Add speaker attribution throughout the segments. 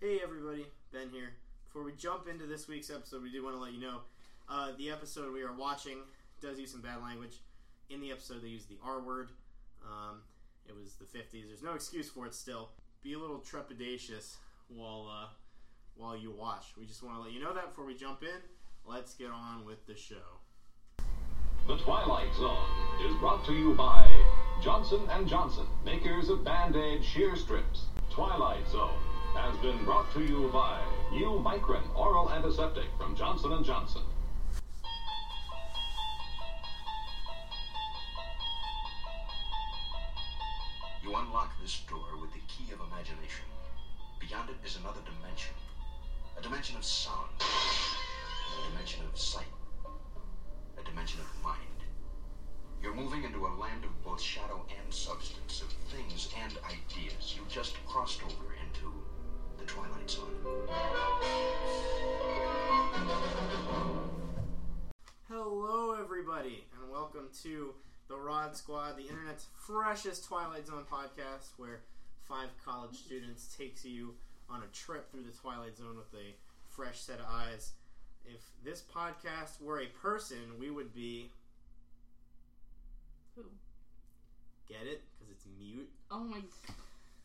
Speaker 1: Hey everybody, Ben here. Before we jump into this week's episode, we do want to let you know uh, the episode we are watching does use some bad language. In the episode, they use the R word. Um, it was the 50s. There's no excuse for it still. Be a little trepidatious while uh, while you watch. We just want to let you know that before we jump in. Let's get on with the show.
Speaker 2: The Twilight Zone is brought to you by Johnson & Johnson, makers of Band-Aid shear strips. Twilight Zone has been brought to you by new Micron oral antiseptic from Johnson & Johnson.
Speaker 3: You unlock this door with the key of imagination. Beyond it is another dimension. A dimension of sound. A dimension of sight. A dimension of mind. You're moving into a land of both shadow and substance, of things and ideas. You just crossed over into the Twilight Zone.
Speaker 1: Hello, everybody, and welcome to the Rod Squad, the internet's freshest Twilight Zone podcast, where five college students takes you on a trip through the Twilight Zone with a fresh set of eyes. If this podcast were a person, we would be
Speaker 4: Who?
Speaker 1: get it because it's mute.
Speaker 4: Oh my!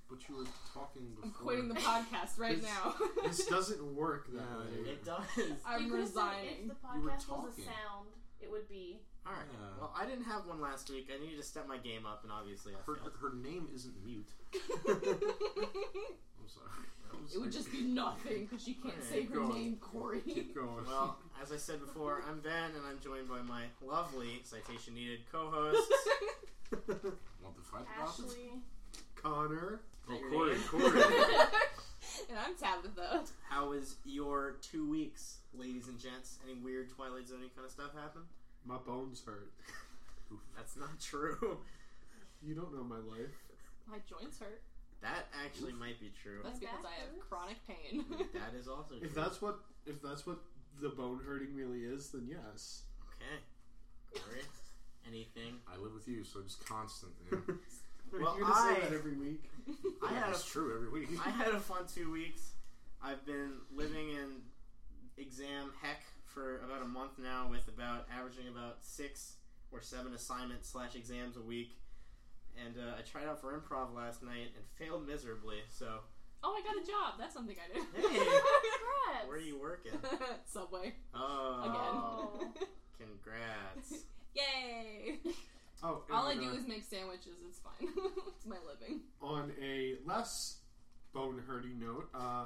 Speaker 5: But you were talking before.
Speaker 4: I'm quitting the podcast right
Speaker 5: This-
Speaker 4: now.
Speaker 5: This doesn't work that
Speaker 6: No,
Speaker 5: way.
Speaker 1: It does.
Speaker 4: I'm
Speaker 6: you could've said
Speaker 4: resigning.
Speaker 6: If the
Speaker 5: You were
Speaker 6: podcast was a
Speaker 5: talking.
Speaker 6: sound, it would be.
Speaker 1: All right.
Speaker 5: Yeah.
Speaker 1: Well, I didn't have one last week. I needed to step my game up, and obviously I
Speaker 5: her,
Speaker 1: failed.
Speaker 5: her name isn't mute.
Speaker 4: it
Speaker 5: I'm sorry. I'm
Speaker 4: would
Speaker 5: sorry.
Speaker 4: just be nothing because she can't
Speaker 1: Alright,
Speaker 4: say
Speaker 5: keep
Speaker 4: her
Speaker 5: going.
Speaker 4: name, Corey.
Speaker 5: Keep going.
Speaker 1: Well, as I said before, I'm Ben, and I'm joined by my lovely citation needed co-host
Speaker 5: Want the fight about it?
Speaker 6: Ashley.
Speaker 5: Connor.
Speaker 1: Is that your
Speaker 5: Corey,
Speaker 1: name?
Speaker 5: Corey.
Speaker 4: and I'm Tabitha.
Speaker 1: How was your two weeks, ladies and gents? Any weird Twilight Zone kind of stuff happen?
Speaker 5: My bones hurt. Oof.
Speaker 1: That's not true.
Speaker 5: You don't know my life.
Speaker 4: My joints hurt.
Speaker 1: That actually might be true.
Speaker 4: That's
Speaker 6: My
Speaker 4: because
Speaker 6: back
Speaker 4: I have
Speaker 6: hurts.
Speaker 4: chronic pain.
Speaker 1: That is also true.
Speaker 5: If that's what if that's what the bone hurting really is, then yes.
Speaker 1: okay. Corey, anything?
Speaker 7: I live with you, so it's constant. You know?
Speaker 1: Well,
Speaker 5: You're gonna say
Speaker 1: I-
Speaker 5: that every week.
Speaker 1: I had a
Speaker 7: it's true every week.
Speaker 1: I had a fun two weeks. I've been living in exam heck for about a month now, with about averaging about six or seven assignments slash exams a week. And uh, I tried out for improv last night and failed miserably. So
Speaker 4: oh, I got a job. That's something I did.
Speaker 1: Hey.
Speaker 6: Congrats.
Speaker 1: where are you working?
Speaker 4: Subway
Speaker 1: Oh,
Speaker 6: Oh.
Speaker 4: again.
Speaker 1: congrats!
Speaker 4: Yay!
Speaker 5: Oh, and,
Speaker 4: All I do
Speaker 5: uh,
Speaker 4: is make sandwiches. It's fine. it's my living.
Speaker 5: on a less bone hurting note. Uh,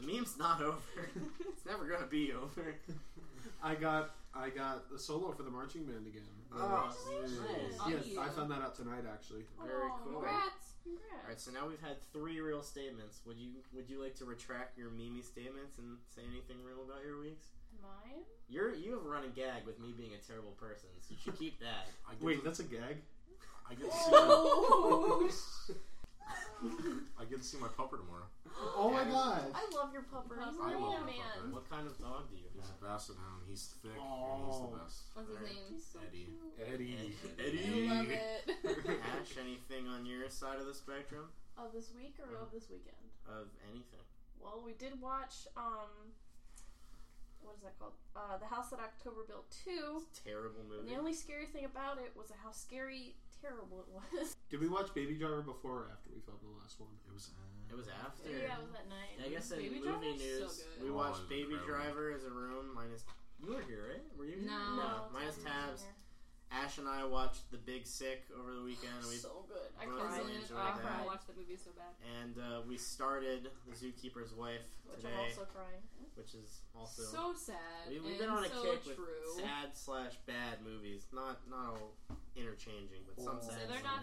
Speaker 1: The meme's not over. It's never gonna be over.
Speaker 5: I got I got the solo for the marching band again.
Speaker 1: Oh,
Speaker 6: Congratulations.
Speaker 5: Yeah,
Speaker 4: Nice.
Speaker 5: I found that out tonight actually.
Speaker 1: Very
Speaker 6: Oh,
Speaker 1: cool.
Speaker 6: Congrats.
Speaker 4: Congrats.
Speaker 1: All
Speaker 6: Congrats.
Speaker 1: right, so now we've had three real statements. Would you would you like to retract your Mimi statements and say anything real about your weeks?
Speaker 6: Mine?
Speaker 1: You're you have run a gag with me being a terrible person, so you should keep that.
Speaker 7: I get
Speaker 5: Wait,
Speaker 7: to,
Speaker 5: that's a gag.
Speaker 7: I get to see my,
Speaker 4: Oh,
Speaker 7: I get to see my pupper tomorrow.
Speaker 5: Oh my god.
Speaker 6: I love your pupper. He's
Speaker 4: I
Speaker 6: really
Speaker 7: love
Speaker 6: a
Speaker 7: my
Speaker 6: man.
Speaker 7: pupper.
Speaker 1: what kind of dog do you
Speaker 7: He's
Speaker 1: have?
Speaker 7: a bastard hound. He's
Speaker 5: Oh.
Speaker 7: thick and he's the best.
Speaker 4: What's his
Speaker 1: Alright.
Speaker 4: name?
Speaker 6: He's so
Speaker 7: Eddie.
Speaker 6: cute.
Speaker 1: Eh.
Speaker 5: Eddie.
Speaker 4: I love it.
Speaker 1: Ash, anything on your side of the spectrum
Speaker 6: Of this week or
Speaker 1: Mm-hmm.
Speaker 6: of this weekend?
Speaker 1: of anything?
Speaker 6: Well, we did watch, um, what is that called? Uh, the House That October Built 2.
Speaker 1: Terrible
Speaker 6: And
Speaker 1: movie.
Speaker 6: the only scary thing about it was how scary, terrible it was.
Speaker 5: Did we watch Baby Driver before or after we filmed the last one?
Speaker 7: It was. uh,
Speaker 1: It was after.
Speaker 6: yeah, it was that night.
Speaker 1: I guess in
Speaker 4: Baby
Speaker 1: movie
Speaker 4: Driver's so
Speaker 1: news,
Speaker 4: good.
Speaker 1: we
Speaker 7: Oh,
Speaker 1: watched
Speaker 7: it was
Speaker 1: Baby
Speaker 7: incredible.
Speaker 1: Driver as a room minus. You were here, right? Were you? Here?
Speaker 4: No.
Speaker 6: No.
Speaker 1: Minus
Speaker 6: it's
Speaker 1: tabs.
Speaker 6: here.
Speaker 1: Ash and I watched The Big Sick over the weekend. We
Speaker 6: so good. I
Speaker 1: Well,
Speaker 6: cried.
Speaker 1: really enjoyed
Speaker 4: I
Speaker 1: that.
Speaker 4: want to watch that movie so bad.
Speaker 1: and uh, we started The Zookeeper's Wife
Speaker 6: Which
Speaker 1: today,
Speaker 6: I'm also crying.
Speaker 1: which is also
Speaker 4: so sad.
Speaker 1: We,
Speaker 4: and
Speaker 1: we've been on a
Speaker 4: so
Speaker 1: kick
Speaker 4: true.
Speaker 1: with sad slash bad movies. Not not all interchanging, but some
Speaker 5: Oh.
Speaker 1: sad.
Speaker 4: so they're
Speaker 1: some
Speaker 4: not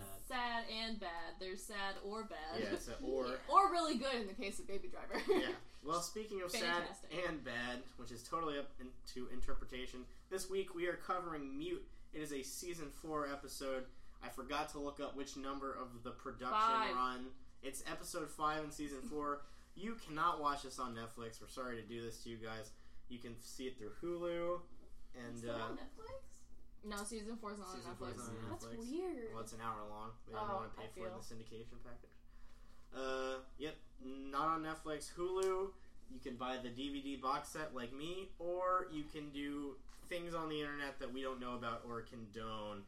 Speaker 4: sad
Speaker 1: bad.
Speaker 4: and bad. They're sad or bad.
Speaker 1: Yeah, so or
Speaker 4: Or really good in the case of Baby Driver.
Speaker 1: yeah. Well, speaking of
Speaker 4: Fantastic.
Speaker 1: sad and bad, which is totally up in- to interpretation, this week we are covering Mute. It is a season four episode. I forgot to look up which number of the production
Speaker 4: Five.
Speaker 1: run. It's episode five in season four. you cannot watch this on Netflix. We're sorry to do this to you guys. You can see it through Hulu
Speaker 6: It's
Speaker 1: and
Speaker 6: still
Speaker 1: uh,
Speaker 6: on Netflix?
Speaker 4: No, season four's not
Speaker 1: season
Speaker 4: on
Speaker 1: four
Speaker 4: Netflix.
Speaker 1: is on Netflix.
Speaker 6: That's weird.
Speaker 1: Well, it's an hour long. We didn't
Speaker 6: Oh,
Speaker 1: want to pay
Speaker 6: I
Speaker 1: for it in
Speaker 6: feel-
Speaker 1: the syndication package. Uh, yep, not on Netflix, Hulu. You can buy the DVD box set like me, or you can do things on the internet that we don't know about or condone.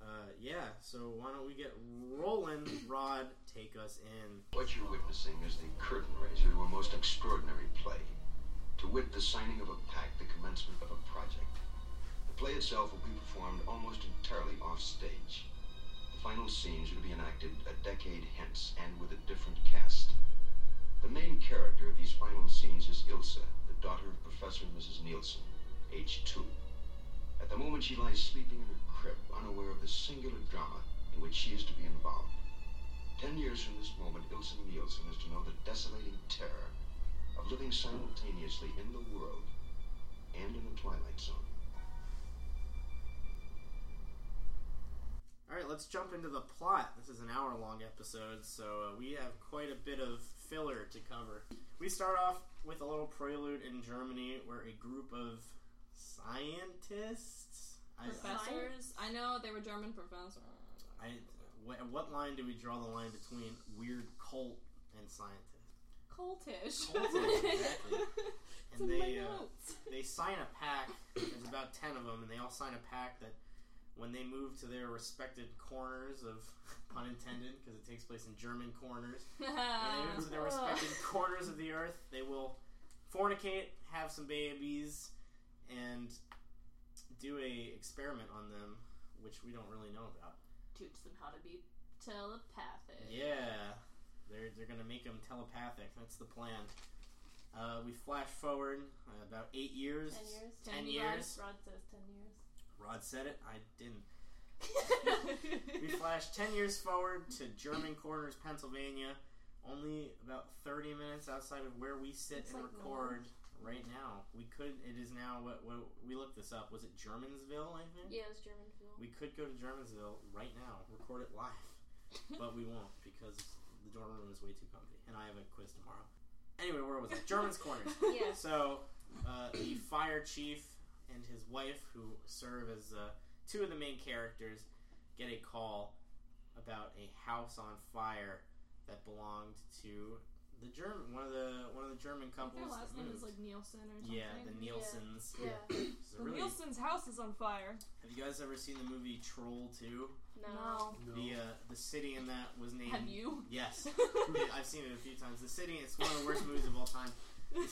Speaker 1: Uh, yeah, so why don't we get rolling? Rod, take us in.
Speaker 3: What you're witnessing is the curtain raiser to a most extraordinary play. To wit, the signing of a pact, the commencement of a project. The play itself will be performed almost entirely off stage. The final scenes are to be enacted a decade hence and with a different cast. The main character of these final scenes is Ilsa, the daughter of Professor Mrs. Nielsen, age two. At the moment, she lies sleeping in her crib, unaware of the singular drama in which she is to be involved. Ten years from this moment, Ilsa Nielsen is to know the desolating terror of living simultaneously in the world and in the Twilight Zone.
Speaker 1: All right, let's jump into the plot. This is an hour long episode, so uh, we have quite a bit of filler to cover. We start off with a little prelude in Germany where a group of scientists. I,
Speaker 4: Professors? I know they were German professors.
Speaker 1: I, wh- what line do we draw the line between weird cult and scientist?
Speaker 4: Cultish.
Speaker 1: Cultish, exactly.
Speaker 4: It's
Speaker 1: And
Speaker 4: in my
Speaker 1: they, uh,
Speaker 4: notes.
Speaker 1: They sign a pact. There's about ten of them, and they all sign a pact that when they move to their respected corners of pun intended, because it takes place in German corners. when they move to their respective corners of the earth, they will fornicate, have some babies, and do a experiment on them, which we don't really know about.
Speaker 4: Teach them how to be
Speaker 8: Eh.
Speaker 4: telepathic.
Speaker 1: Yeah, they're they're gonna make them telepathic. That's the plan. Uh, we flash forward uh, about eight years.
Speaker 6: Ten years.
Speaker 1: Ten years.
Speaker 6: Rod says ten years.
Speaker 1: Rod said it. I didn't. We flash 10 years forward to German Corners, Pennsylvania, only about 30 minutes outside of where we sit
Speaker 6: It's
Speaker 1: and
Speaker 6: like
Speaker 1: record right now. We could, it is now, what, what we looked this up. Was it Germansville, I think?
Speaker 6: Yeah, it's German film.
Speaker 1: We could go to Germansville right now, record it live, but we won't because the dorm room is way too comfy and I have a quiz tomorrow. Anyway, where was I? German's Corners.
Speaker 6: Yes.
Speaker 1: So, uh, the fire chief and his wife, who serve as uh, two of the main characters, get a call about a house on fire that belonged to the German one of the one of the German
Speaker 4: I think
Speaker 1: couples.
Speaker 4: Their
Speaker 1: that
Speaker 4: last name is
Speaker 1: moved.
Speaker 4: like Nielsen or something.
Speaker 1: yeah, the Nielsen's.
Speaker 6: Yeah.
Speaker 1: It's a really-
Speaker 4: Nielsen's house is on fire.
Speaker 1: have you guys ever seen the movie Troll Two?
Speaker 6: No.
Speaker 5: No.
Speaker 1: The uh, the city in that was named.
Speaker 4: Have you?
Speaker 1: Yes, Yeah, I've seen it a few times. The city. It's one of the worst movies of all time. it,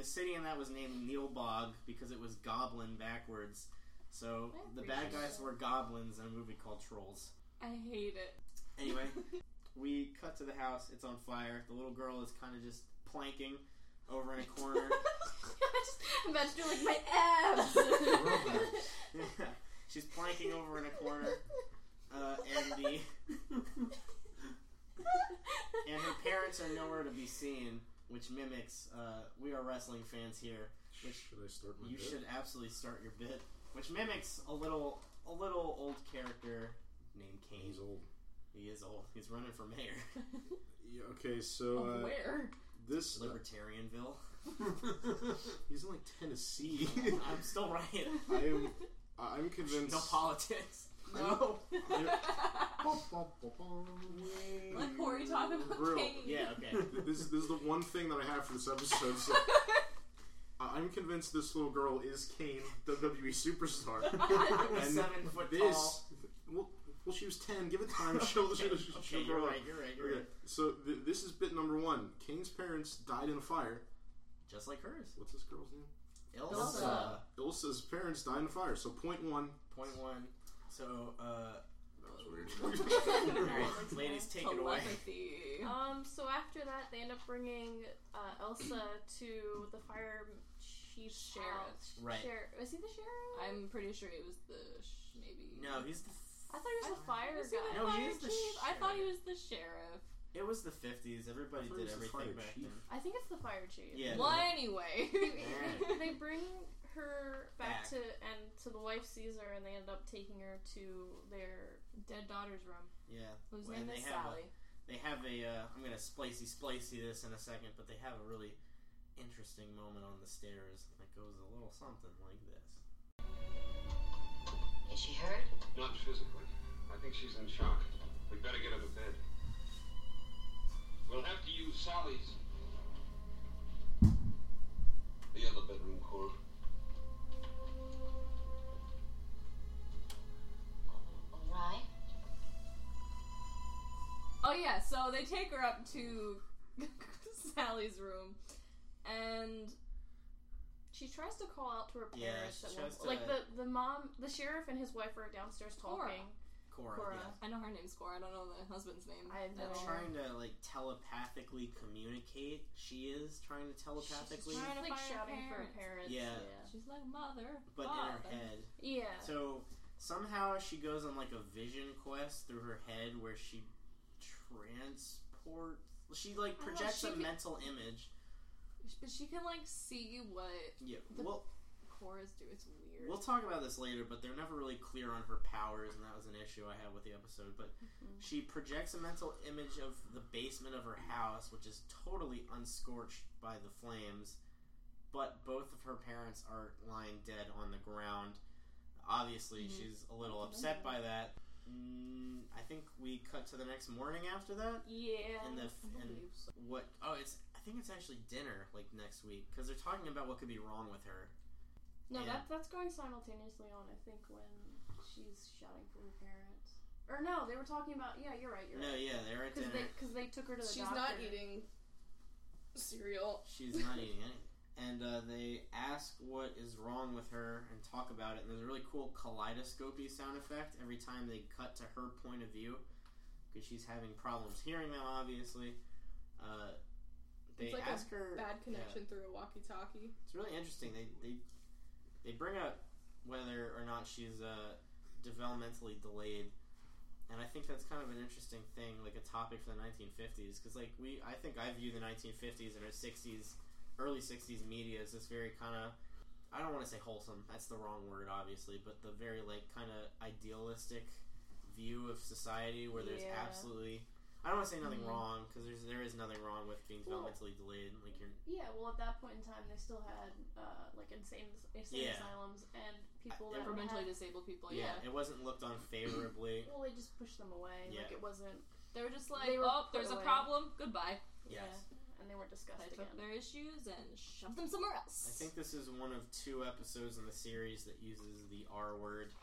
Speaker 1: a city in that was named Neelbog because it was goblin backwards. So
Speaker 4: I
Speaker 1: the bad
Speaker 4: appreciate
Speaker 1: guys
Speaker 4: that.
Speaker 1: were goblins in a movie called Trolls.
Speaker 4: I hate it.
Speaker 1: Anyway, we cut to the house. It's on fire. The little girl is kind of just planking over in a corner.
Speaker 6: Imagine doing like my abs.
Speaker 1: She's planking over in a corner, uh, and the and her parents are nowhere to be seen, which mimics uh, we are wrestling fans here.
Speaker 7: Should I start my
Speaker 1: You
Speaker 7: bit?
Speaker 1: should absolutely start your bit, which mimics a little a little old character named Kane.
Speaker 7: He's old.
Speaker 1: He is old. He's running for mayor,
Speaker 7: Yeah, okay,
Speaker 1: Oh,
Speaker 7: so
Speaker 4: Of
Speaker 7: uh,
Speaker 4: where?
Speaker 7: this uh,
Speaker 1: Libertarianville.
Speaker 7: he's in like Tennessee.
Speaker 1: I'm still right.
Speaker 7: I am. I'm convinced.
Speaker 1: No politics.
Speaker 4: No. Let Corey talk about
Speaker 7: Real.
Speaker 4: Kane.
Speaker 1: Yeah. Okay.
Speaker 7: this, this is the one thing that I have for this episode. So I- I'm convinced this little girl is Kane, WWE E superstar. And
Speaker 1: Seven foot
Speaker 7: this,
Speaker 1: tall.
Speaker 7: well, well, she was ten. Give it time. She'll,
Speaker 1: Okay,
Speaker 7: she'll,
Speaker 1: okay,
Speaker 7: she'll
Speaker 1: you're
Speaker 7: grow up.
Speaker 1: right. You're right. You're
Speaker 7: Okay,
Speaker 1: right.
Speaker 7: so th- this is bit number one. Kane's parents died in a fire.
Speaker 1: Just like hers.
Speaker 7: What's this girl's name?
Speaker 1: Elsa.
Speaker 4: Elsa.
Speaker 7: Ilsa's parents died in a fire. So point one.
Speaker 1: Point one. So, uh,
Speaker 7: That was weird.
Speaker 1: all right, ladies, take it away.
Speaker 4: Telepathy.
Speaker 6: Um, so after that, they end up bringing uh, Elsa to the fire chief's
Speaker 4: Sheriff.
Speaker 6: house.
Speaker 1: Right.
Speaker 6: Sheriff. Was he the sheriff?
Speaker 4: I'm pretty sure it was the sh- maybe.
Speaker 1: No, he's the.
Speaker 6: I thought he was the fire
Speaker 4: Was he the
Speaker 6: guy.
Speaker 1: No,
Speaker 4: fire
Speaker 1: he is the
Speaker 4: chief? I thought he was the
Speaker 1: sheriff.
Speaker 4: sheriff.
Speaker 1: It was the fifties. Everybody
Speaker 7: I thought
Speaker 1: did
Speaker 7: it was the
Speaker 1: everything
Speaker 7: fire
Speaker 1: back
Speaker 7: chief.
Speaker 1: then.
Speaker 6: I think it's the fire chief.
Speaker 1: Yeah.
Speaker 4: well, anyway.
Speaker 1: Yeah.
Speaker 6: they bring her back,
Speaker 1: Back.
Speaker 6: to and so the wife sees her and they end up taking her to their
Speaker 4: Dead daughter's room.
Speaker 1: Yeah.
Speaker 4: Whose
Speaker 1: When
Speaker 4: name
Speaker 1: they
Speaker 4: is
Speaker 1: have
Speaker 4: Sally.
Speaker 1: they have a uh, I'm gonna splacey splacey this in a second, but they have a really interesting moment on the stairs that goes a little something like this.
Speaker 9: Is she hurt?
Speaker 2: Not physically. I think she's in shock. We'd better get her to bed. We'll have to use Sally's. The other bedroom core.
Speaker 9: Right?
Speaker 4: Oh yeah, so they take her up to Sally's room, and
Speaker 6: She tries to call out to her
Speaker 1: Yeah,
Speaker 6: parents
Speaker 1: she
Speaker 6: at
Speaker 1: tries
Speaker 6: one
Speaker 1: to-
Speaker 6: point. Like the, the mom, the sheriff and his wife are downstairs
Speaker 4: Cora.
Speaker 6: talking.
Speaker 1: Cora.
Speaker 6: Cora.
Speaker 1: yeah.
Speaker 4: I know her name's Cora. I don't know the husband's name.
Speaker 6: I have no
Speaker 4: That's-
Speaker 6: idea.
Speaker 1: Trying to like telepathically communicate. She is trying to telepathically,
Speaker 6: She's
Speaker 4: Trying to
Speaker 6: like
Speaker 4: find her
Speaker 6: shouting for her parents.
Speaker 1: Yeah.
Speaker 4: She's like mother,
Speaker 1: but in
Speaker 4: father.
Speaker 1: her head.
Speaker 6: Yeah.
Speaker 1: So somehow she goes on like a vision quest through her head where she transports. She like
Speaker 4: know,
Speaker 1: projects
Speaker 4: she
Speaker 1: a
Speaker 4: could-
Speaker 1: mental image.
Speaker 4: But she can like see what
Speaker 1: Yeah.
Speaker 4: The-
Speaker 1: Well,
Speaker 4: Cora's do. It's weird.
Speaker 1: we'll talk about this later, but they're never really clear on her powers, and that was an issue I had with the episode. But
Speaker 6: Mm-hmm.
Speaker 1: she projects a mental image of the basement of her house, which is totally unscorched by the flames. But both of her parents are lying dead on the ground. Obviously,
Speaker 6: Mm-hmm.
Speaker 4: Mhm.
Speaker 1: she's a little upset by that. Mm, I think we cut to the next morning after that,
Speaker 6: Yeah.
Speaker 1: and the f-
Speaker 4: I
Speaker 1: and
Speaker 4: believe so.
Speaker 1: what? Oh, it's I think it's actually dinner like next week because they're talking about what could be wrong with her.
Speaker 6: No,
Speaker 1: Yeah.
Speaker 6: that that's going simultaneously on. I think when she's shouting for her parents, or no, they were talking about. Yeah, you're right. You're
Speaker 1: No,
Speaker 6: right.
Speaker 1: yeah, they're at
Speaker 6: Because
Speaker 1: dinner.
Speaker 6: they because they took her to the
Speaker 4: She's
Speaker 6: doctor.
Speaker 4: not eating cereal.
Speaker 1: She's not eating anything. And uh, they ask what is wrong with her and talk about it. And there's a really cool kaleidoscopy sound effect every time they cut to her point of view because she's having problems hearing them, obviously. Uh, they
Speaker 8: It's like a
Speaker 1: ask her.
Speaker 8: Bad connection through a walkie-talkie.
Speaker 1: It's really interesting. They, they they bring up whether or not she's uh, developmentally delayed, and I think that's kind of an interesting thing, like a topic for the 1950s, because like we, I think I view the 1950s and our 60s, early 60s media as this very kind of, I don't want to say wholesome. That's the wrong word, obviously, but the very like kind of idealistic view of society where there's
Speaker 6: Yeah. Mm-hmm.
Speaker 1: absolutely. I don't want to say nothing
Speaker 4: Mhm.
Speaker 1: wrong because there's there is nothing wrong with being
Speaker 6: Well-
Speaker 1: developmentally delayed. Like you're
Speaker 6: Yeah, well, at that point in time, they still had uh, like insane insane
Speaker 1: Yeah.
Speaker 6: asylums and people
Speaker 1: they
Speaker 6: that
Speaker 4: For
Speaker 1: were
Speaker 6: had,
Speaker 4: mentally disabled people, Oh,
Speaker 1: yeah,
Speaker 4: yeah.
Speaker 1: it wasn't looked on favorably.
Speaker 6: well, they just pushed them away. Like
Speaker 1: Yeah.
Speaker 6: it wasn't.
Speaker 4: They were just like,
Speaker 6: They were
Speaker 4: oh,
Speaker 6: put
Speaker 4: there's
Speaker 6: away.
Speaker 4: a problem. Goodbye.
Speaker 1: Yes.
Speaker 6: Yeah, and they weren't discussed
Speaker 4: They took
Speaker 6: again.
Speaker 4: their issues and shoved them somewhere else.
Speaker 1: I think this is one of two episodes in the series that uses the R word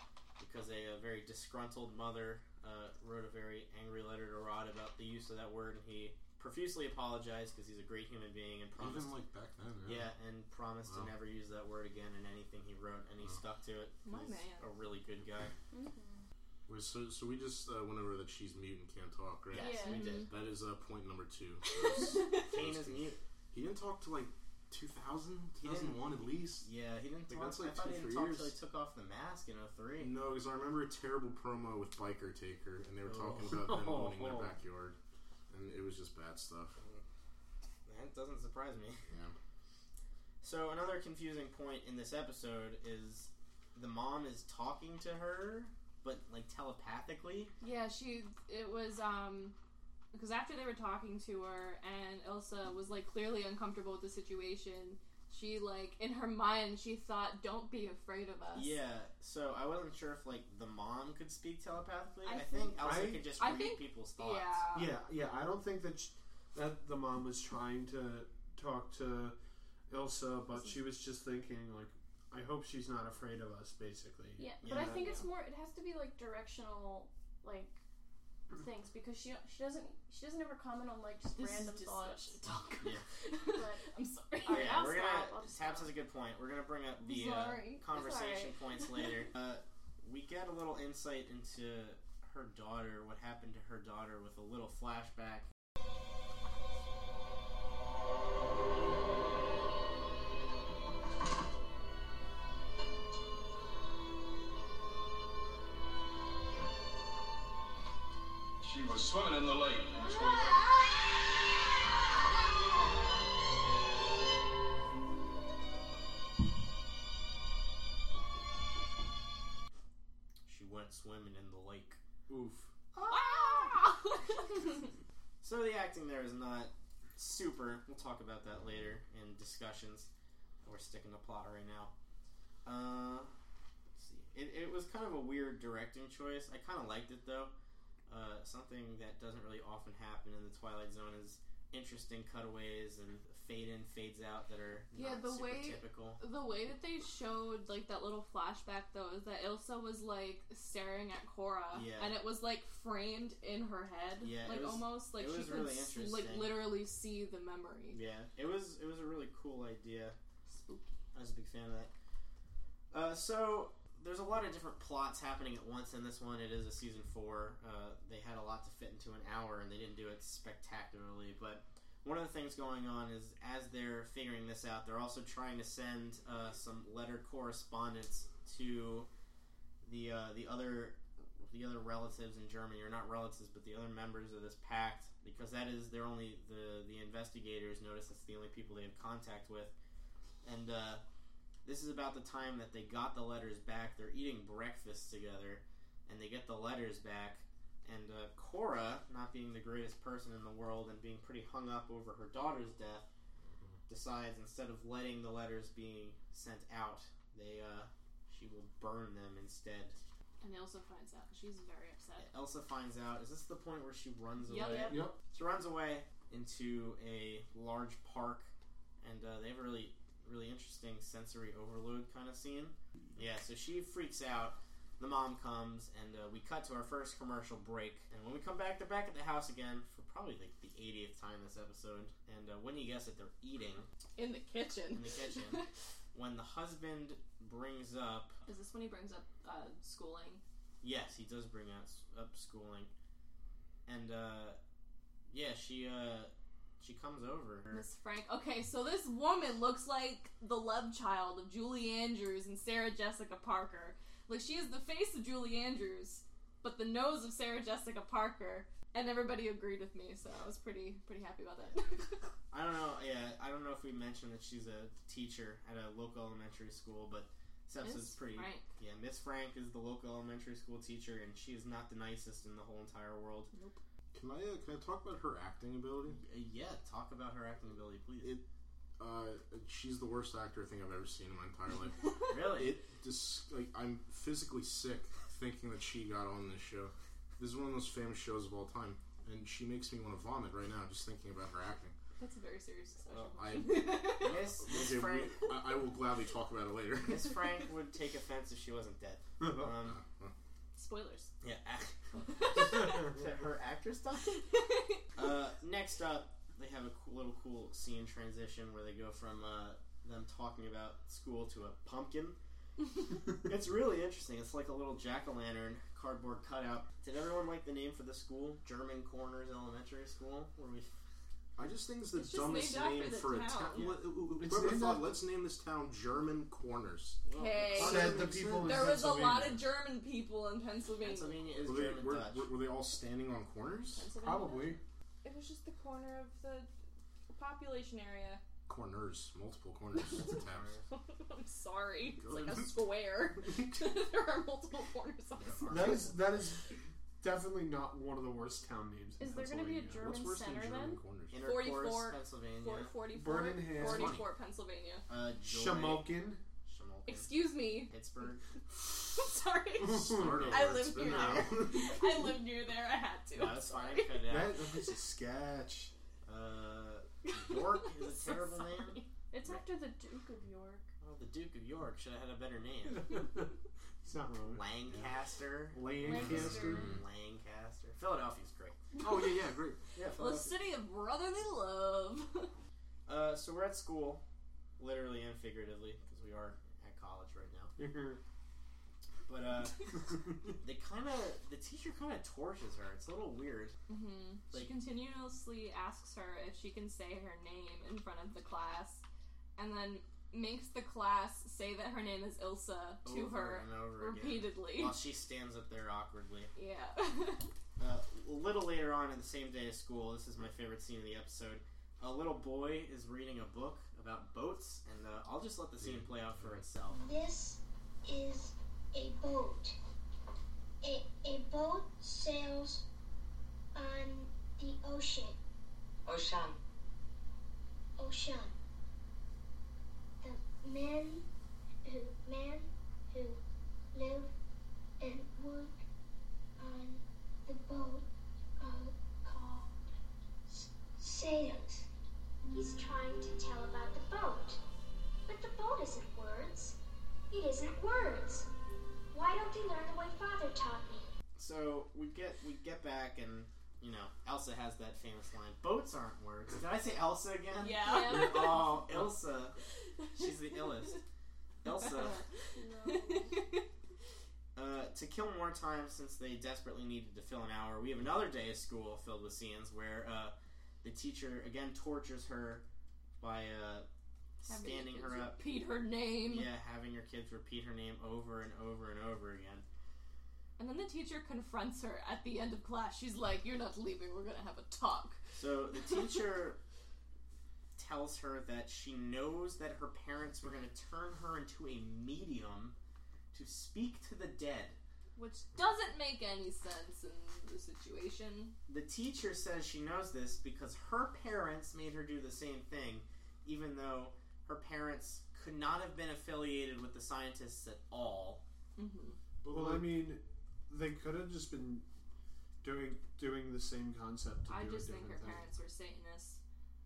Speaker 1: because a, uh, very disgruntled mother uh, wrote a very angry letter to Rod about the use of that word, and he profusely apologized because he's a great human being and promised.
Speaker 7: Even like back then. Yeah.
Speaker 1: yeah, and promised
Speaker 7: Wow.
Speaker 1: to never use that word again in anything he wrote, and he
Speaker 7: Wow.
Speaker 1: stuck to it.
Speaker 4: My
Speaker 1: He's
Speaker 4: man.
Speaker 1: a really good guy.
Speaker 6: Mm-hmm.
Speaker 7: Wait, so so we just uh, went over that she's mute and can't talk, right?
Speaker 1: Yes, we did.
Speaker 7: That is uh, point number two.
Speaker 1: Kane is mute.
Speaker 7: He didn't talk to like 2000,
Speaker 1: He didn't.
Speaker 7: 2001 at least.
Speaker 1: Yeah, he didn't
Speaker 7: Like,
Speaker 1: talk.
Speaker 7: that's
Speaker 1: I
Speaker 7: like
Speaker 1: thought
Speaker 7: two,
Speaker 1: he didn't
Speaker 7: three
Speaker 1: talk
Speaker 7: years.
Speaker 1: till he took off the mask in 03.
Speaker 7: No, because I remember a terrible promo with Biker Taker, and they were
Speaker 1: Oh.
Speaker 7: talking about them owning their backyard, and it was just bad stuff.
Speaker 1: That doesn't surprise me.
Speaker 7: Yeah.
Speaker 1: So another confusing point in this episode is the mom is talking to her, but like telepathically.
Speaker 8: Yeah, she. It was um, because after they were talking to her, and Elsa was like clearly uncomfortable with the situation. She like in her mind, she thought, "Don't be afraid of us."
Speaker 1: Yeah. So I wasn't sure if like the mom could speak telepathically. I,
Speaker 8: I
Speaker 1: think
Speaker 8: think-
Speaker 1: Elsa
Speaker 5: I-
Speaker 1: could just
Speaker 8: I
Speaker 1: read
Speaker 8: think-
Speaker 1: people's thoughts.
Speaker 6: Uh,
Speaker 8: Yeah.
Speaker 5: Yeah, yeah. I don't think that sh that the mom was trying to talk to Elsa, but she was just thinking like, I hope she's not afraid of us. Basically,
Speaker 6: Yeah,
Speaker 1: Yeah.
Speaker 6: but I
Speaker 5: Yeah.
Speaker 6: think it's more. It has to be like directional, like things because she she doesn't she doesn't ever comment on like just
Speaker 4: This
Speaker 6: random
Speaker 4: is just
Speaker 6: thoughts.
Speaker 4: such a talk.
Speaker 1: Yeah.
Speaker 4: I'm sorry.
Speaker 1: Yeah,
Speaker 6: All right, I'll
Speaker 1: we're
Speaker 6: stop. I'll
Speaker 1: gonna.
Speaker 6: just
Speaker 1: Taps
Speaker 6: stop.
Speaker 1: has a good point. We're gonna bring up the uh,
Speaker 4: Sorry.
Speaker 1: conversation
Speaker 6: It's all right.
Speaker 1: points later. Uh, we get a little insight into her daughter, what happened to her daughter, with a little flashback.
Speaker 2: She was swimming in the lake.
Speaker 1: She went swimming in the lake.
Speaker 5: oof.
Speaker 4: Ah!
Speaker 1: So the acting there is not super. We'll talk about that later in discussions. We're sticking to plot right now. Uh, let's see. It, it was kind of a weird directing choice. I kind of liked it though. Uh, something that doesn't really often happen in the Twilight Zone is interesting cutaways and fade in, fades out that are
Speaker 8: Yeah,
Speaker 1: not
Speaker 8: the
Speaker 1: super
Speaker 8: way-
Speaker 1: typical.
Speaker 8: The way that they showed like that little flashback though is that Ilsa was like staring at Cora,
Speaker 1: Yeah.
Speaker 8: and it was like framed in her head,
Speaker 1: Yeah, it
Speaker 8: like
Speaker 1: was-
Speaker 8: almost like
Speaker 1: it
Speaker 8: she
Speaker 1: was
Speaker 8: could
Speaker 1: really
Speaker 8: s- like
Speaker 1: interesting.
Speaker 8: literally see the memory.
Speaker 1: Yeah, it was it was a really cool idea.
Speaker 8: Spooky.
Speaker 1: I was a big fan of that. Uh, so there's a lot of different plots happening at once in this one. It is a season four. Uh, they had a lot to fit into an hour, and they didn't do it spectacularly. But one of the things going on is as they're figuring this out, they're also trying to send uh, some letter correspondence to the uh, the other the other relatives in Germany, or not relatives, but the other members of this pact, because that is they're only the the investigators. Notice that's the only people they have contact with, and uh, this is about the time that they got the letters back. They're eating breakfast together, and they get the letters back. And uh, Cora, not being the greatest person in the world and being pretty hung up over her daughter's death, decides instead of letting the letters be sent out, they uh, she will burn them instead.
Speaker 8: And Ilsa finds out. She's very upset.
Speaker 1: Elsa finds out. Is this the point where she runs
Speaker 8: Yep.
Speaker 1: away?
Speaker 8: Yep.
Speaker 5: Yep.
Speaker 1: She runs away into a large park, and uh, they have a really, really interesting sensory overload kind of scene. Yeah, so she freaks out. The mom comes, and uh, we cut to our first commercial break. And when we come back, they're back at the house again for probably like the 80th time this episode. And uh, when you guess it, they're eating.
Speaker 8: In the kitchen.
Speaker 1: In the kitchen. When the husband brings up
Speaker 8: is this when he brings up uh, schooling?
Speaker 1: Yes, he does bring out s- up schooling, and uh, yeah, she uh, she comes over.
Speaker 8: Miss Frank. Okay, so this woman looks like the love child of Julie Andrews and Sarah Jessica Parker. Like she is the face of Julie Andrews, but the nose of Sarah Jessica Parker. And everybody agreed with me, so I was pretty pretty happy about that.
Speaker 1: I don't know. Yeah, I don't know if we mentioned that she's a teacher at a local elementary school, but this episode's
Speaker 8: Miss
Speaker 1: pretty.
Speaker 8: Frank.
Speaker 1: Yeah, Miss Frank is the local elementary school teacher, and she is not the nicest in the whole entire world.
Speaker 7: Can I uh, can I talk about her acting ability?
Speaker 1: Uh, Yeah, talk about her acting ability, please.
Speaker 7: It- Uh, she's the worst actor I think I've ever seen in my entire life.
Speaker 1: really?
Speaker 7: it just like I'm physically sick thinking that she got on this show. This is one of the most famous shows of all time, and she makes me want to vomit right now just thinking about her acting.
Speaker 8: That's a very serious
Speaker 7: Well,
Speaker 8: discussion.
Speaker 1: Miss Miss
Speaker 7: Okay, we-
Speaker 1: Frank.
Speaker 7: I, I will gladly talk about it later.
Speaker 1: Miss Frank would take offense if she wasn't dead.
Speaker 5: Oh.
Speaker 1: Um,
Speaker 8: Spoilers.
Speaker 1: yeah, her actor stuff. Uh, next up, they have a cool, little cool scene transition where they go from uh, them talking about school to a pumpkin. it's really interesting. It's like a little jack o' lantern cardboard cutout. Did everyone like the name for the school? German Corners Elementary School? Where we
Speaker 7: I just think it's the
Speaker 8: It's just
Speaker 7: dumbest
Speaker 8: named after
Speaker 7: name
Speaker 8: the
Speaker 7: for a
Speaker 8: town.
Speaker 7: town.
Speaker 5: Yeah.
Speaker 7: What-
Speaker 5: It's
Speaker 7: Whoever
Speaker 5: named
Speaker 7: thought,
Speaker 5: after-
Speaker 7: let's name this town German Corners.
Speaker 8: Okay.
Speaker 7: Well,
Speaker 5: Said the
Speaker 7: makes
Speaker 5: people in
Speaker 7: sense.
Speaker 8: There was a lot
Speaker 5: Pennsylvania.
Speaker 8: of German people in Pennsylvania.
Speaker 1: Pennsylvania is
Speaker 7: Were they,
Speaker 1: German
Speaker 7: were,
Speaker 1: Dutch.
Speaker 7: were- were they all standing on corners?
Speaker 8: Pennsylvania?
Speaker 5: Probably.
Speaker 6: It was just the corner of the population area.
Speaker 7: Corners, multiple corners. That's a town.
Speaker 8: I'm sorry. It's like a
Speaker 7: Good.
Speaker 8: square. there are multiple corners on this.
Speaker 5: That is that is definitely not one of the worst town names. in
Speaker 6: Is there gonna be a
Speaker 5: Pennsylvania.
Speaker 7: What's
Speaker 6: German
Speaker 7: worse than
Speaker 6: center
Speaker 7: German
Speaker 6: then?
Speaker 7: Corners?
Speaker 1: Intercourse,
Speaker 8: 44
Speaker 1: Pennsylvania.
Speaker 8: Fort 44,
Speaker 5: Birmingham.
Speaker 8: 44, Pennsylvania.
Speaker 1: Uh, Joy,
Speaker 5: Shamokin?
Speaker 1: Shamokin,
Speaker 8: Excuse me.
Speaker 1: Pittsburgh.
Speaker 8: Sorry.
Speaker 7: Start over,
Speaker 8: I live
Speaker 7: it's been
Speaker 8: near
Speaker 7: out.
Speaker 8: there. I live near there. I had to.
Speaker 1: No,
Speaker 8: I'm
Speaker 1: that's fine.
Speaker 8: sorry.
Speaker 1: Cut it out.
Speaker 5: That was a sketch.
Speaker 1: Uh, York is a
Speaker 8: So
Speaker 1: terrible
Speaker 8: sorry.
Speaker 1: name.
Speaker 6: It's after the Duke of York.
Speaker 1: Oh, the Duke of York should have had a better name.
Speaker 5: It's not wrong.
Speaker 1: Lancaster. Hmm,
Speaker 5: Lancaster.
Speaker 1: Lancaster. Philadelphia's great.
Speaker 7: Oh yeah, yeah, great.
Speaker 1: Yeah,
Speaker 8: Well, the city of brotherly love.
Speaker 1: Uh, so we're at school, literally and figuratively, because we are at college right now. But uh, they kind of, the teacher kind of torches her. It's a little weird.
Speaker 8: Mhm. She
Speaker 1: Like-
Speaker 8: continuously asks her if she can say her name in front of the class, and then makes the class say that her name is Ilsa to
Speaker 1: over
Speaker 8: her
Speaker 1: and over again.
Speaker 8: repeatedly.
Speaker 1: While she stands up there awkwardly.
Speaker 8: Yeah.
Speaker 1: Uh, a little later on in the same day of school, this is my favorite scene of the episode. A little boy is reading a book about boats, and uh, I'll just let the scene play out for itself.
Speaker 9: This is a boat. A, a boat sails on the ocean.
Speaker 10: Ocean.
Speaker 9: Ocean. The men who men who live and work on the boat are called s- sailors. trying to tell about the boat. But the boat isn't words. It isn't words. Why don't they learn the way Father taught me?
Speaker 1: So we get we get back and you know Elsa has that famous line: "Boats aren't words." Did I say Elsa again?
Speaker 4: Yeah.
Speaker 8: Yeah.
Speaker 1: oh, Elsa, she's the illest. Elsa, uh, to kill more time since they desperately needed to fill an hour, we have another day of school filled with scenes where uh, the teacher again tortures her by uh,
Speaker 8: Having
Speaker 1: standing
Speaker 8: kids
Speaker 1: her up
Speaker 8: Repeat her name.
Speaker 1: Yeah, having your kids repeat her name over and over and over again.
Speaker 8: And then the teacher confronts her at the end of class. She's like, You're not leaving. We're going to have a talk.
Speaker 1: So the teacher tells her that she knows that her parents were going to turn her into a medium to speak to the dead.
Speaker 8: Which doesn't make any sense in the situation.
Speaker 1: The teacher says she knows this because her parents made her do the same thing, even though her parents could not have been affiliated with the scientists at all.
Speaker 8: Mm-hmm.
Speaker 7: But
Speaker 5: Well, I
Speaker 7: like,
Speaker 5: mean, they could have just been doing doing the same concept to
Speaker 8: I
Speaker 5: do
Speaker 8: just
Speaker 5: a
Speaker 8: think
Speaker 5: different
Speaker 8: her
Speaker 5: thing.
Speaker 8: parents were Satanists.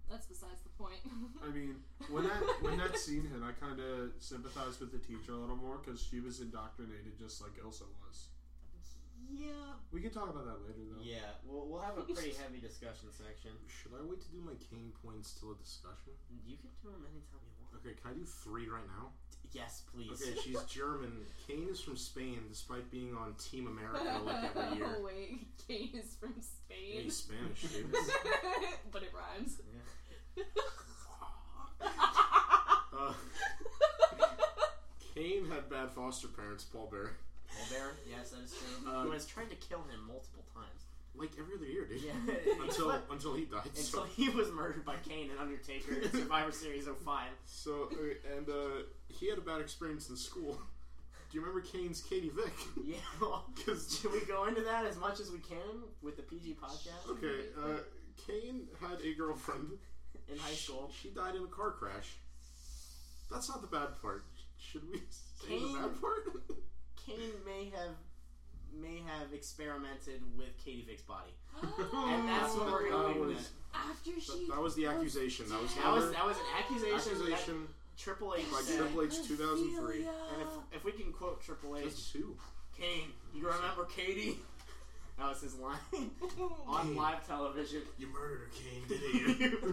Speaker 8: That's besides the point.
Speaker 5: I mean, when that when that scene hit, I kind of sympathized with the teacher a little more because she was indoctrinated just like Elsa was.
Speaker 1: Yeah.
Speaker 5: We can talk about that later, though.
Speaker 1: Yeah. We'll, we'll have a pretty heavy discussion section.
Speaker 7: should I wait to do my cane points till a discussion?
Speaker 1: You can do them anytime you want.
Speaker 7: Okay, can I do three right now?
Speaker 1: Yes, please.
Speaker 7: Okay, she's German. Kane is from Spain, despite being on Team America like every year.
Speaker 8: oh, wait. Kate is from
Speaker 7: Hey,
Speaker 8: Spain.
Speaker 7: he's Spanish, dude.
Speaker 8: but it rhymes.
Speaker 7: Uh, Kane had bad foster parents, Paul Bear.
Speaker 1: Well, Bear, yes, that is true.
Speaker 7: Uh,
Speaker 1: Who has tried to kill him multiple times.
Speaker 7: Like every other year, dude.
Speaker 1: Yeah.
Speaker 7: Until until he died.
Speaker 1: until
Speaker 7: So,
Speaker 1: he was murdered by Kane and Undertaker in Survivor Series 05.
Speaker 7: so okay, and uh, he had a bad experience in school. Do you remember Kane's Katie Vick?
Speaker 1: Yeah, well, should we go into that as much as we can with the PG podcast
Speaker 7: Okay, uh, Kane had a girlfriend.
Speaker 1: in high school?
Speaker 7: She died in a car crash. That's not the bad part. Should we say
Speaker 1: Kane-
Speaker 7: the bad part?
Speaker 1: Kane may have may have experimented with Katie Vick's body, and that's what we're going
Speaker 7: That
Speaker 1: to do.
Speaker 7: was-
Speaker 8: After she.
Speaker 7: That, that was the accusation. That was
Speaker 1: That was
Speaker 7: another
Speaker 1: that was an accusation. that
Speaker 7: accusation
Speaker 1: Triple H
Speaker 7: by
Speaker 1: said.
Speaker 7: Triple H 2003.
Speaker 1: And if, if we can quote Triple H,
Speaker 7: Just two.
Speaker 1: Kane, you remember Katie? That was his line on
Speaker 7: Kane.
Speaker 1: live television.
Speaker 7: You murdered her, Kane,
Speaker 8: Oh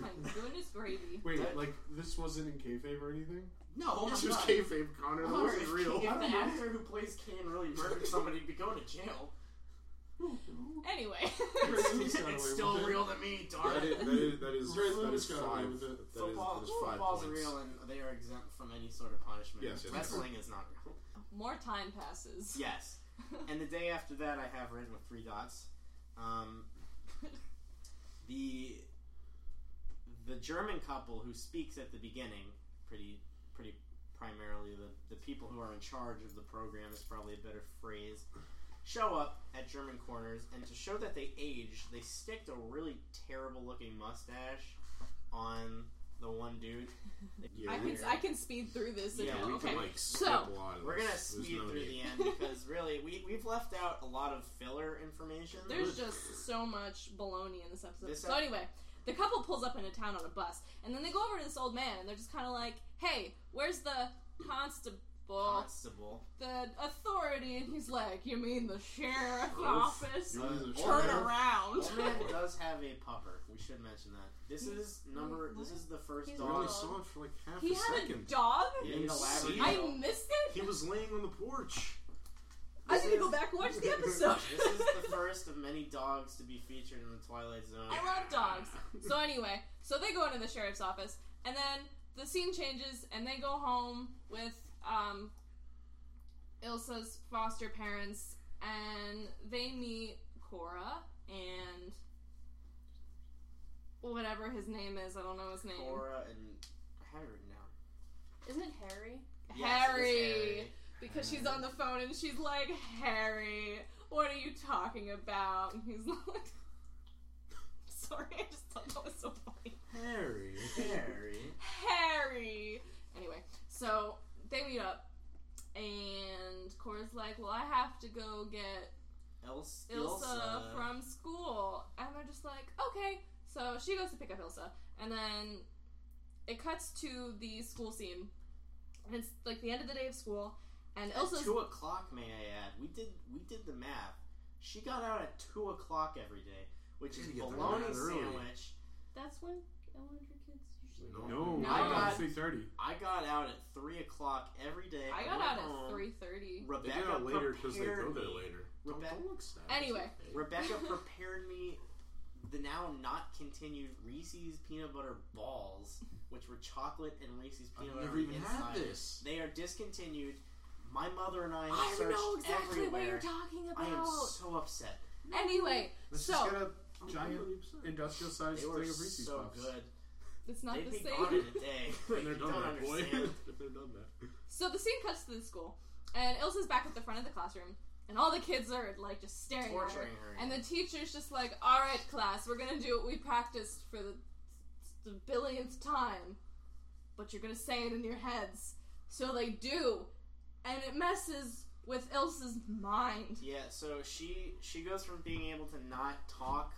Speaker 8: my goodness, gravy.
Speaker 5: Wait,
Speaker 1: That-
Speaker 5: like this wasn't in kayfabe or anything.
Speaker 1: no,
Speaker 7: this was kayfabe, Oh Connor. That wasn't real.
Speaker 1: If the actor who plays Kane really murdered somebody, he'd be going to jail.
Speaker 8: Anyway.
Speaker 1: it's
Speaker 5: got away with
Speaker 1: still
Speaker 5: it.
Speaker 1: real to me, darn
Speaker 7: That
Speaker 1: it.
Speaker 7: is that is that is,
Speaker 5: Ray
Speaker 7: that
Speaker 5: Lewis
Speaker 7: is
Speaker 5: got away
Speaker 7: five.
Speaker 5: with
Speaker 7: That is,
Speaker 5: it.
Speaker 1: Football,
Speaker 7: that is five
Speaker 1: football's
Speaker 7: points.
Speaker 1: real, and they are exempt from any sort of punishment.
Speaker 7: Yes, yes.
Speaker 1: Wrestling is not real.
Speaker 8: More time passes.
Speaker 1: Yes. And the day after that, I have written with three dots. Um, the the German couple who speaks at the beginning, pretty pretty primarily the, the people who are in charge of the program is probably a better phrase, show up at German corners and to show that they age, they sticked a really terrible looking mustache on the one dude.
Speaker 7: Yeah,
Speaker 8: I
Speaker 7: we,
Speaker 8: can I can speed through this. if
Speaker 1: Yeah,
Speaker 8: you-
Speaker 7: we
Speaker 8: okay.
Speaker 7: can like skip
Speaker 8: So,
Speaker 7: a lot. Of
Speaker 1: We're
Speaker 7: this.
Speaker 1: gonna
Speaker 7: There's
Speaker 1: speed
Speaker 7: no
Speaker 1: through
Speaker 7: need.
Speaker 1: the end because really we we've left out a lot of filler information.
Speaker 8: There's just so much baloney in this episode.
Speaker 1: This
Speaker 8: so
Speaker 1: ep-
Speaker 8: anyway, the couple pulls up in a town on a bus, and then they go over to this old man, and they're just kind of like, "Hey, where's the constable?"
Speaker 1: Constable.
Speaker 8: The authority, and he's like, "You mean the sheriff's
Speaker 7: Oof.
Speaker 8: office?
Speaker 7: You mean the
Speaker 1: or-
Speaker 8: Turn
Speaker 7: sheriff?
Speaker 8: around."
Speaker 1: Old man does have a pupper. We should mention that. This is number. This is the first
Speaker 8: He's
Speaker 7: We only
Speaker 1: dog.
Speaker 8: dog.
Speaker 7: saw it for like half
Speaker 8: he
Speaker 7: a
Speaker 8: had a
Speaker 7: second.
Speaker 8: dog.
Speaker 1: in the
Speaker 7: Insane.
Speaker 1: Labrador.
Speaker 8: I missed it.
Speaker 7: He was laying on the porch.
Speaker 8: I need to go back and watch the episode.
Speaker 1: this is the first of many dogs to be featured in the Twilight Zone.
Speaker 8: I love dogs. So anyway, so they go into the sheriff's office, and then the scene changes, and they go home with um, Ilsa's foster parents, and they meet Cora and whatever his name is. I don't know his name.
Speaker 1: Cora and I have it written down.
Speaker 6: Isn't it Harry?
Speaker 1: Yes, it
Speaker 8: Harry.
Speaker 1: is
Speaker 8: Because she's on the phone and she's like, Harry, what are you talking about? And he's like, Sorry, I just thought that was so funny.
Speaker 7: Harry.
Speaker 1: Harry. Harry.
Speaker 8: Harry. Anyway, so they meet up, and Cora's like, "Well, I have to go get
Speaker 1: Else.
Speaker 8: Ilsa, from school," and they're just like, "Okay." So she goes to pick up Ilsa, And then it cuts to the school scene. And it's like the end of the day of school. And
Speaker 1: At
Speaker 8: Ilsa's
Speaker 1: two o'clock, may I add, we did we did the math. She got out at two o'clock every day, which
Speaker 7: You
Speaker 1: is
Speaker 7: gotta get the
Speaker 1: bologna
Speaker 7: math early.
Speaker 1: sandwich.
Speaker 8: That's when elementary kids usually.
Speaker 7: No.
Speaker 5: No,
Speaker 8: No.
Speaker 5: I
Speaker 1: God.
Speaker 5: got three thirty.
Speaker 1: I got out at three o'clock every day.
Speaker 8: I got
Speaker 1: went
Speaker 8: out
Speaker 1: home.
Speaker 8: at three thirty.
Speaker 7: They
Speaker 1: Rebecca
Speaker 7: get out later
Speaker 1: because
Speaker 7: because they go there
Speaker 1: me.
Speaker 7: later. Don't,
Speaker 1: Rebecca-
Speaker 7: don't look sad.
Speaker 8: Anyway.
Speaker 1: Rebecca prepared me the now not continued Reese's peanut butter balls, which were chocolate and Reese's peanut
Speaker 7: I've
Speaker 1: butter.
Speaker 7: never
Speaker 1: on the
Speaker 7: even
Speaker 1: inside.
Speaker 7: had this.
Speaker 1: They are discontinued. My mother and I have
Speaker 8: I
Speaker 1: searched
Speaker 8: know exactly
Speaker 1: everywhere.
Speaker 8: what you're talking
Speaker 1: I am
Speaker 8: about.
Speaker 1: so upset.
Speaker 8: Anyway,
Speaker 5: Let's
Speaker 8: so
Speaker 5: just get a giant industrial sized
Speaker 1: They
Speaker 5: thing of
Speaker 1: were
Speaker 5: Reese's
Speaker 1: so
Speaker 5: Puffs.
Speaker 1: good.
Speaker 8: it's not
Speaker 1: They'd
Speaker 8: the
Speaker 1: be gone in
Speaker 8: same.
Speaker 1: a day.
Speaker 7: If they're
Speaker 1: You
Speaker 7: done
Speaker 1: don't
Speaker 7: that, boy.
Speaker 1: understand.
Speaker 7: If they're done that.
Speaker 8: So the scene cuts to the school, and Ilsa's back at the front of the classroom, and all the kids are like just staring at her.
Speaker 1: Torturing her.
Speaker 8: And the teacher's just like, all right, class, we're gonna do what we practiced for the, the billionth time, but you're gonna say it in your heads. So they do, and it messes with Ilsa's mind.
Speaker 1: Yeah, so she she goes from being able to not talk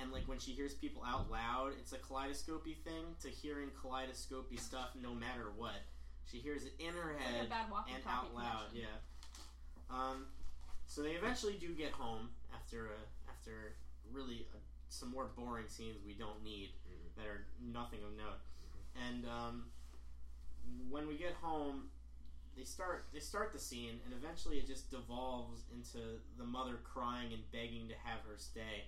Speaker 1: and like when she hears people out loud, it's a kaleidoscopy thing to hearing kaleidoscopy stuff no matter what. She hears it in her
Speaker 8: Like a
Speaker 1: head
Speaker 8: bad walkie
Speaker 1: and
Speaker 8: talkie
Speaker 1: out loud,
Speaker 8: connection.
Speaker 1: yeah. Um so they eventually do get home after a, after really uh some more boring scenes we don't need that are nothing of note. And um, when we get home, they start they start the scene, and eventually it just devolves into the mother crying and begging to have her stay.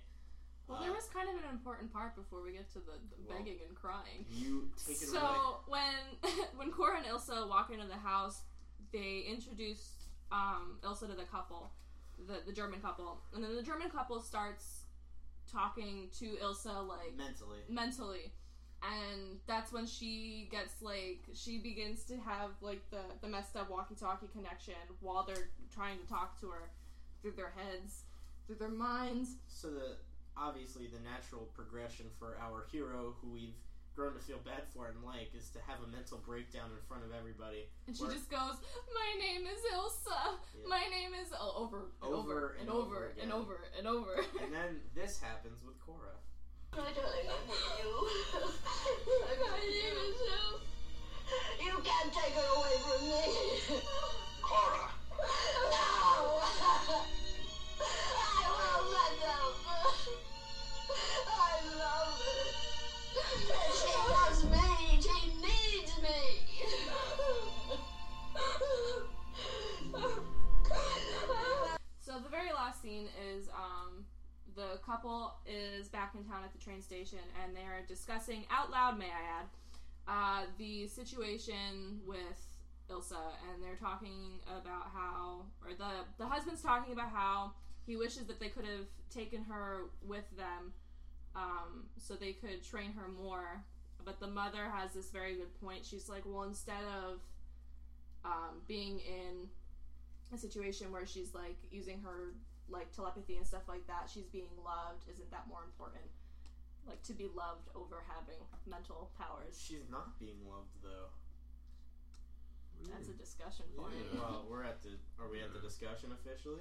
Speaker 8: Well,
Speaker 1: Uh,
Speaker 8: there was kind of an important part before we get to the, the
Speaker 1: Well,
Speaker 8: begging and crying.
Speaker 1: you take it away.
Speaker 8: So when when Cora and Ilsa walk into the house, they introduce um, Ilsa to the couple, the the German couple, and then the German couple starts talking to Ilsa like
Speaker 1: mentally.
Speaker 8: mentally, and that's when she gets like she begins to have like the the messed up walkie-talkie connection while they're trying to talk to her through their heads, through their minds.
Speaker 1: So the obviously the natural progression for our hero, who we've grown to feel bad for and like, is to have a mental breakdown in front of everybody.
Speaker 8: And she
Speaker 1: Where-
Speaker 8: just goes, "My name is Ilsa.
Speaker 1: Yeah.
Speaker 8: My name is oh, over,
Speaker 1: Over
Speaker 8: and over,
Speaker 1: and
Speaker 8: and
Speaker 1: over
Speaker 8: over,
Speaker 1: again.
Speaker 8: and over, and over."
Speaker 1: And then this happens with Cora.
Speaker 9: My darling, I need you. I need you. You can't take her away from me.
Speaker 3: Cora!
Speaker 9: No! I will let them. I love her. She loves me. She needs Oh, me.
Speaker 8: so the very last scene is um, the couple is back in town at the train station, and they are discussing out loud, may I add, uh, the situation with Ilsa, and they're talking about how, or the the husband's talking about how he wishes that they could have taken her with them, um, so they could train her more. But the mother has this very good point. She's like, well, instead of um, being in a situation where she's like using her like telepathy and stuff like that, she's being loved. Isn't that more important? Like to be loved over having mental powers.
Speaker 1: She's not being loved though.
Speaker 8: That's a discussion point.
Speaker 7: Yeah.
Speaker 1: Well, we're at the are we at the discussion officially?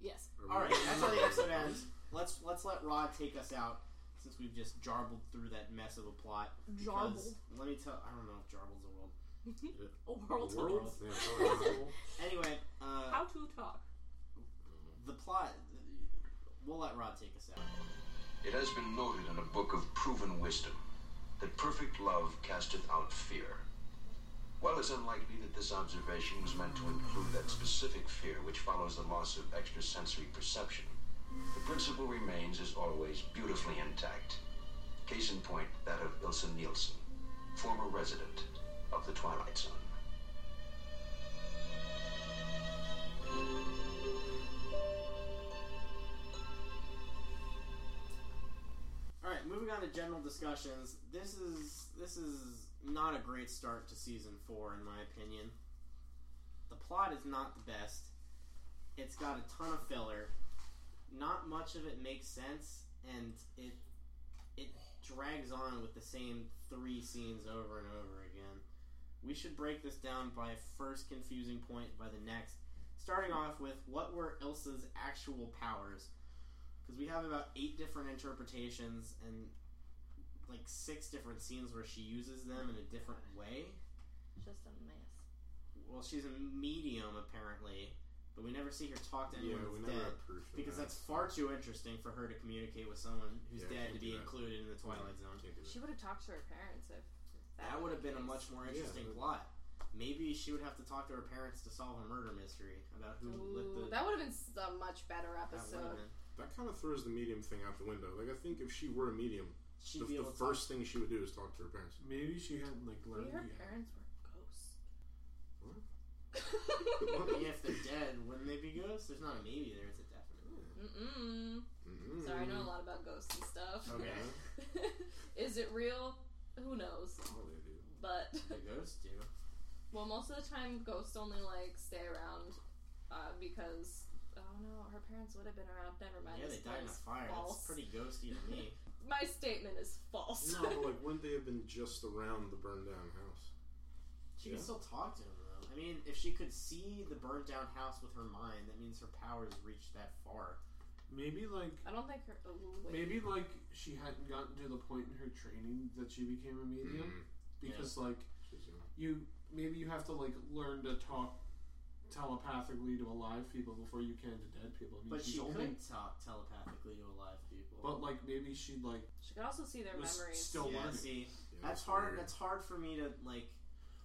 Speaker 8: Yes.
Speaker 1: All right, that's how the episode ends. Let's let's let Rod take us out since we've just jarbled through that mess of a plot.
Speaker 8: Jarbled.
Speaker 1: Because Let me tell. I don't know if jarbled's a word.
Speaker 8: A world.
Speaker 7: World? Yeah, it's all right.
Speaker 1: Anyway, uh,
Speaker 8: How to talk.
Speaker 1: the plot. We'll let Rod take us out.
Speaker 3: It has been noted in a book of proven wisdom that perfect love casteth out fear. While it's unlikely that this observation was meant to include that specific fear which follows the loss of extrasensory perception, the principle remains as always beautifully intact. Case in point, that of Ilse Nielsen, former resident of the Twilight Zone.
Speaker 1: All right, moving on to general discussions. This is this is not a great start to season four, in my opinion. The plot is not the best. It's got a ton of filler. Not much of it makes sense, and it it drags on with the same three scenes over and over again. We should break this down by first confusing point by the next. Starting off with what were Ilsa's actual powers? because we have about eight different interpretations, and like six different scenes where she uses them in a different way.
Speaker 4: Just a mess.
Speaker 1: Well, she's a medium apparently, but we never see her talk to
Speaker 7: yeah,
Speaker 1: anyone who's
Speaker 7: we never
Speaker 1: dead
Speaker 7: had proof of
Speaker 1: because
Speaker 7: that.
Speaker 1: that's far too interesting for her to communicate with someone who's
Speaker 7: Yeah,
Speaker 1: dead to
Speaker 7: can't
Speaker 1: be
Speaker 7: do that.
Speaker 1: included in the Twilight Zone.
Speaker 7: Can't do that.
Speaker 4: She would have talked to her parents if
Speaker 1: That would have been a much more
Speaker 7: Yeah,
Speaker 1: interesting
Speaker 7: but-
Speaker 1: plot. Maybe she would have to talk to her parents to solve a murder mystery about who lit the.
Speaker 4: Ooh, that would have been s- a much better
Speaker 1: that would've
Speaker 4: episode.
Speaker 1: been-
Speaker 7: That kind of throws the medium thing out the window. Like, I think if she were a medium,
Speaker 1: She'd
Speaker 7: the,
Speaker 1: be
Speaker 7: the
Speaker 1: able to talk-
Speaker 7: first thing she would do is talk to her parents.
Speaker 5: Maybe she hadn't like learned
Speaker 4: Maybe her
Speaker 5: yet.
Speaker 4: parents were ghosts.
Speaker 1: I mean, if they're dead, wouldn't they be ghosts? There's not a maybe there; it's a definite.
Speaker 4: Mm-mm.
Speaker 7: Mm-mm.
Speaker 4: Sorry, I know a lot about ghosts and stuff.
Speaker 1: Okay.
Speaker 4: Is it real? Who knows?
Speaker 7: Oh, they do.
Speaker 4: But
Speaker 1: The ghosts do.
Speaker 4: well, most of the time ghosts only like stay around uh, because oh no, her parents would have been around. Never mind.
Speaker 1: yeah,
Speaker 4: this
Speaker 1: they died in a
Speaker 4: is
Speaker 1: fire.
Speaker 4: false.
Speaker 1: That's pretty ghosty to me.
Speaker 4: My statement is false.
Speaker 7: No, but like, wouldn't they have been just around the burned down house?
Speaker 1: She
Speaker 7: Yeah.
Speaker 1: can still talk to him though. I mean, if she could see the burnt down house with her mind, that means her powers reached that far.
Speaker 5: Maybe like
Speaker 4: I don't think her. Oh, wait.
Speaker 5: maybe like she hadn't gotten to the point in her training that she became a
Speaker 1: Mm-hmm.
Speaker 5: medium
Speaker 7: Mm.
Speaker 5: because like
Speaker 7: She's young.
Speaker 5: you maybe you have to like learn to talk telepathically to alive people before you can to dead people. I mean,
Speaker 1: But
Speaker 5: she's
Speaker 1: she
Speaker 5: only
Speaker 1: could talk telepathically to alive people.
Speaker 5: but like maybe she like
Speaker 4: She could also see their
Speaker 5: was
Speaker 4: memories.
Speaker 5: still
Speaker 1: yeah,
Speaker 5: learning.
Speaker 1: see,
Speaker 7: Yeah,
Speaker 1: that's hard. That's hard for me to like.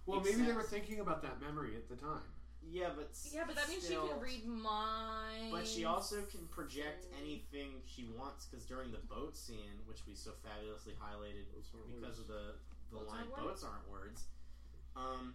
Speaker 5: Well, maybe they
Speaker 1: Except-
Speaker 5: were thinking about that memory at the time.
Speaker 1: Yeah, but s-
Speaker 4: yeah, but that means she
Speaker 1: still-
Speaker 4: can read minds.
Speaker 1: But she also can project anything she wants because during the boat scene, which we so fabulously highlighted
Speaker 7: Those aren't
Speaker 1: because
Speaker 7: words.
Speaker 1: of the the
Speaker 4: Boats
Speaker 1: line
Speaker 4: aren't words.
Speaker 1: "boats aren't words," um,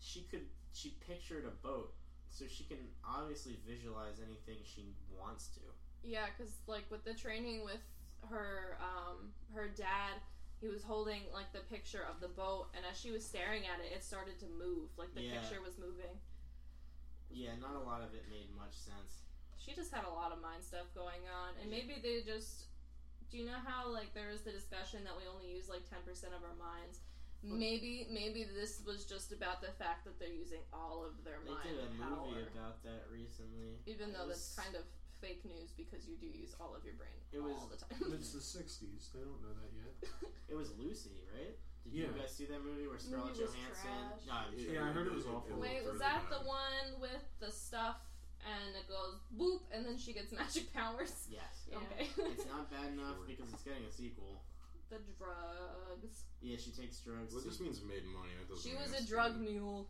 Speaker 1: she could she pictured a boat, so she can obviously visualize anything she wants to.
Speaker 4: Yeah, because like with the training with her, um, her dad, he was holding like the picture of the boat, and as she was staring at it, it started to move. Like the
Speaker 1: Yeah.
Speaker 4: picture was moving.
Speaker 1: Yeah, not a lot of it made much sense.
Speaker 4: She just had a lot of mind stuff going on, and maybe they just. Do you know how like there was the discussion that we only use like ten percent of our minds? Maybe maybe this was just about the fact that they're using all of their mind
Speaker 1: They did a
Speaker 4: power.
Speaker 1: movie about that recently.
Speaker 4: Even
Speaker 1: It
Speaker 4: though
Speaker 1: was-
Speaker 4: that's kind of fake news because you do use all of your brain
Speaker 1: It
Speaker 4: all the
Speaker 1: was-
Speaker 5: But
Speaker 4: time.
Speaker 5: it's the '60s; they don't know that yet.
Speaker 1: It was Lucy, right? Did you
Speaker 5: Yeah.
Speaker 1: guys see that movie where Scarlett
Speaker 4: Movie was
Speaker 1: Johansson?
Speaker 4: trash.
Speaker 1: No, I'm
Speaker 5: Yeah, I heard it was awful.
Speaker 4: Wait, was
Speaker 7: really
Speaker 4: that
Speaker 7: bad.
Speaker 4: the one with the stuff and it goes boop and then she gets magic powers?
Speaker 1: Yes.
Speaker 8: Yeah.
Speaker 4: Okay.
Speaker 1: It's not bad enough
Speaker 7: Sure.
Speaker 1: because it's getting a sequel.
Speaker 4: the drugs.
Speaker 1: Yeah, she takes drugs.
Speaker 7: Well,
Speaker 1: to-
Speaker 7: this means made money. That doesn't
Speaker 4: She
Speaker 7: mean
Speaker 4: was
Speaker 7: it's
Speaker 4: a drug
Speaker 7: good.
Speaker 4: mule.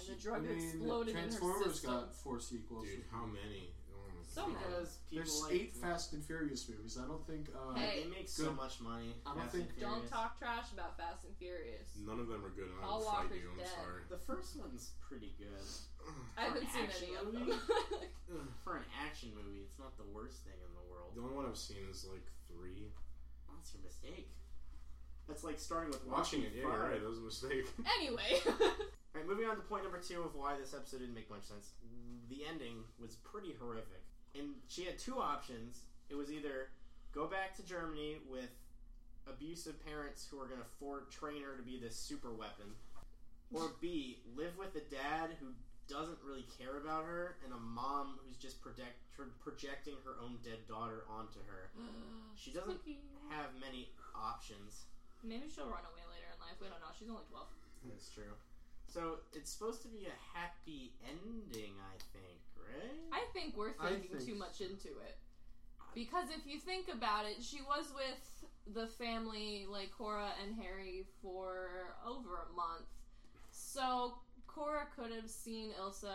Speaker 4: And the
Speaker 5: I
Speaker 4: drug
Speaker 5: mean,
Speaker 4: exploded in her
Speaker 5: Transformers
Speaker 4: system.
Speaker 5: got four sequels.
Speaker 7: Dude, how many? Oh my
Speaker 4: So
Speaker 7: God.
Speaker 4: many.
Speaker 1: because people
Speaker 5: There's
Speaker 1: like
Speaker 5: eight Fast and Furious movies. I don't think. Uh,
Speaker 4: Hey.
Speaker 1: They make so
Speaker 5: Good.
Speaker 1: much money.
Speaker 5: I don't
Speaker 1: Fast
Speaker 5: think-
Speaker 1: and
Speaker 4: Don't
Speaker 1: Furious.
Speaker 4: talk trash about Fast and Furious.
Speaker 7: None of them are good. and I
Speaker 4: Paul
Speaker 7: will fight
Speaker 4: Walker's
Speaker 7: you. I'm
Speaker 4: dead.
Speaker 7: sorry.
Speaker 1: The first one's pretty good
Speaker 4: I haven't seen
Speaker 1: Action
Speaker 4: any of
Speaker 1: movie?
Speaker 4: them.
Speaker 1: for an action movie. It's not the worst thing in the world.
Speaker 7: The only one I've seen is like three.
Speaker 1: That's your mistake. That's like starting with
Speaker 7: Watching it, yeah,
Speaker 1: Fire.
Speaker 7: you're right. That was a mistake.
Speaker 4: anyway.
Speaker 1: All right, moving on to point number two of why this episode didn't make much sense. The ending was pretty horrific, and she had two options. It was either go back to Germany with abusive parents who are going to for- train her to be this super weapon, or B live with a dad who doesn't really care about her and a mom who's just project- tr- projecting her own dead daughter onto her.
Speaker 8: Oh,
Speaker 1: She doesn't have many options.
Speaker 8: Maybe she'll run away later in life. We don't know. She's only 12.
Speaker 1: That's true. So it's supposed to be a happy ending, I think, right?
Speaker 8: I think we're
Speaker 5: I
Speaker 8: thinking
Speaker 5: think
Speaker 8: too much into it. Because if you think about it, she was with the family, like Cora and Harry, for over a month. So Cora could have seen Ilsa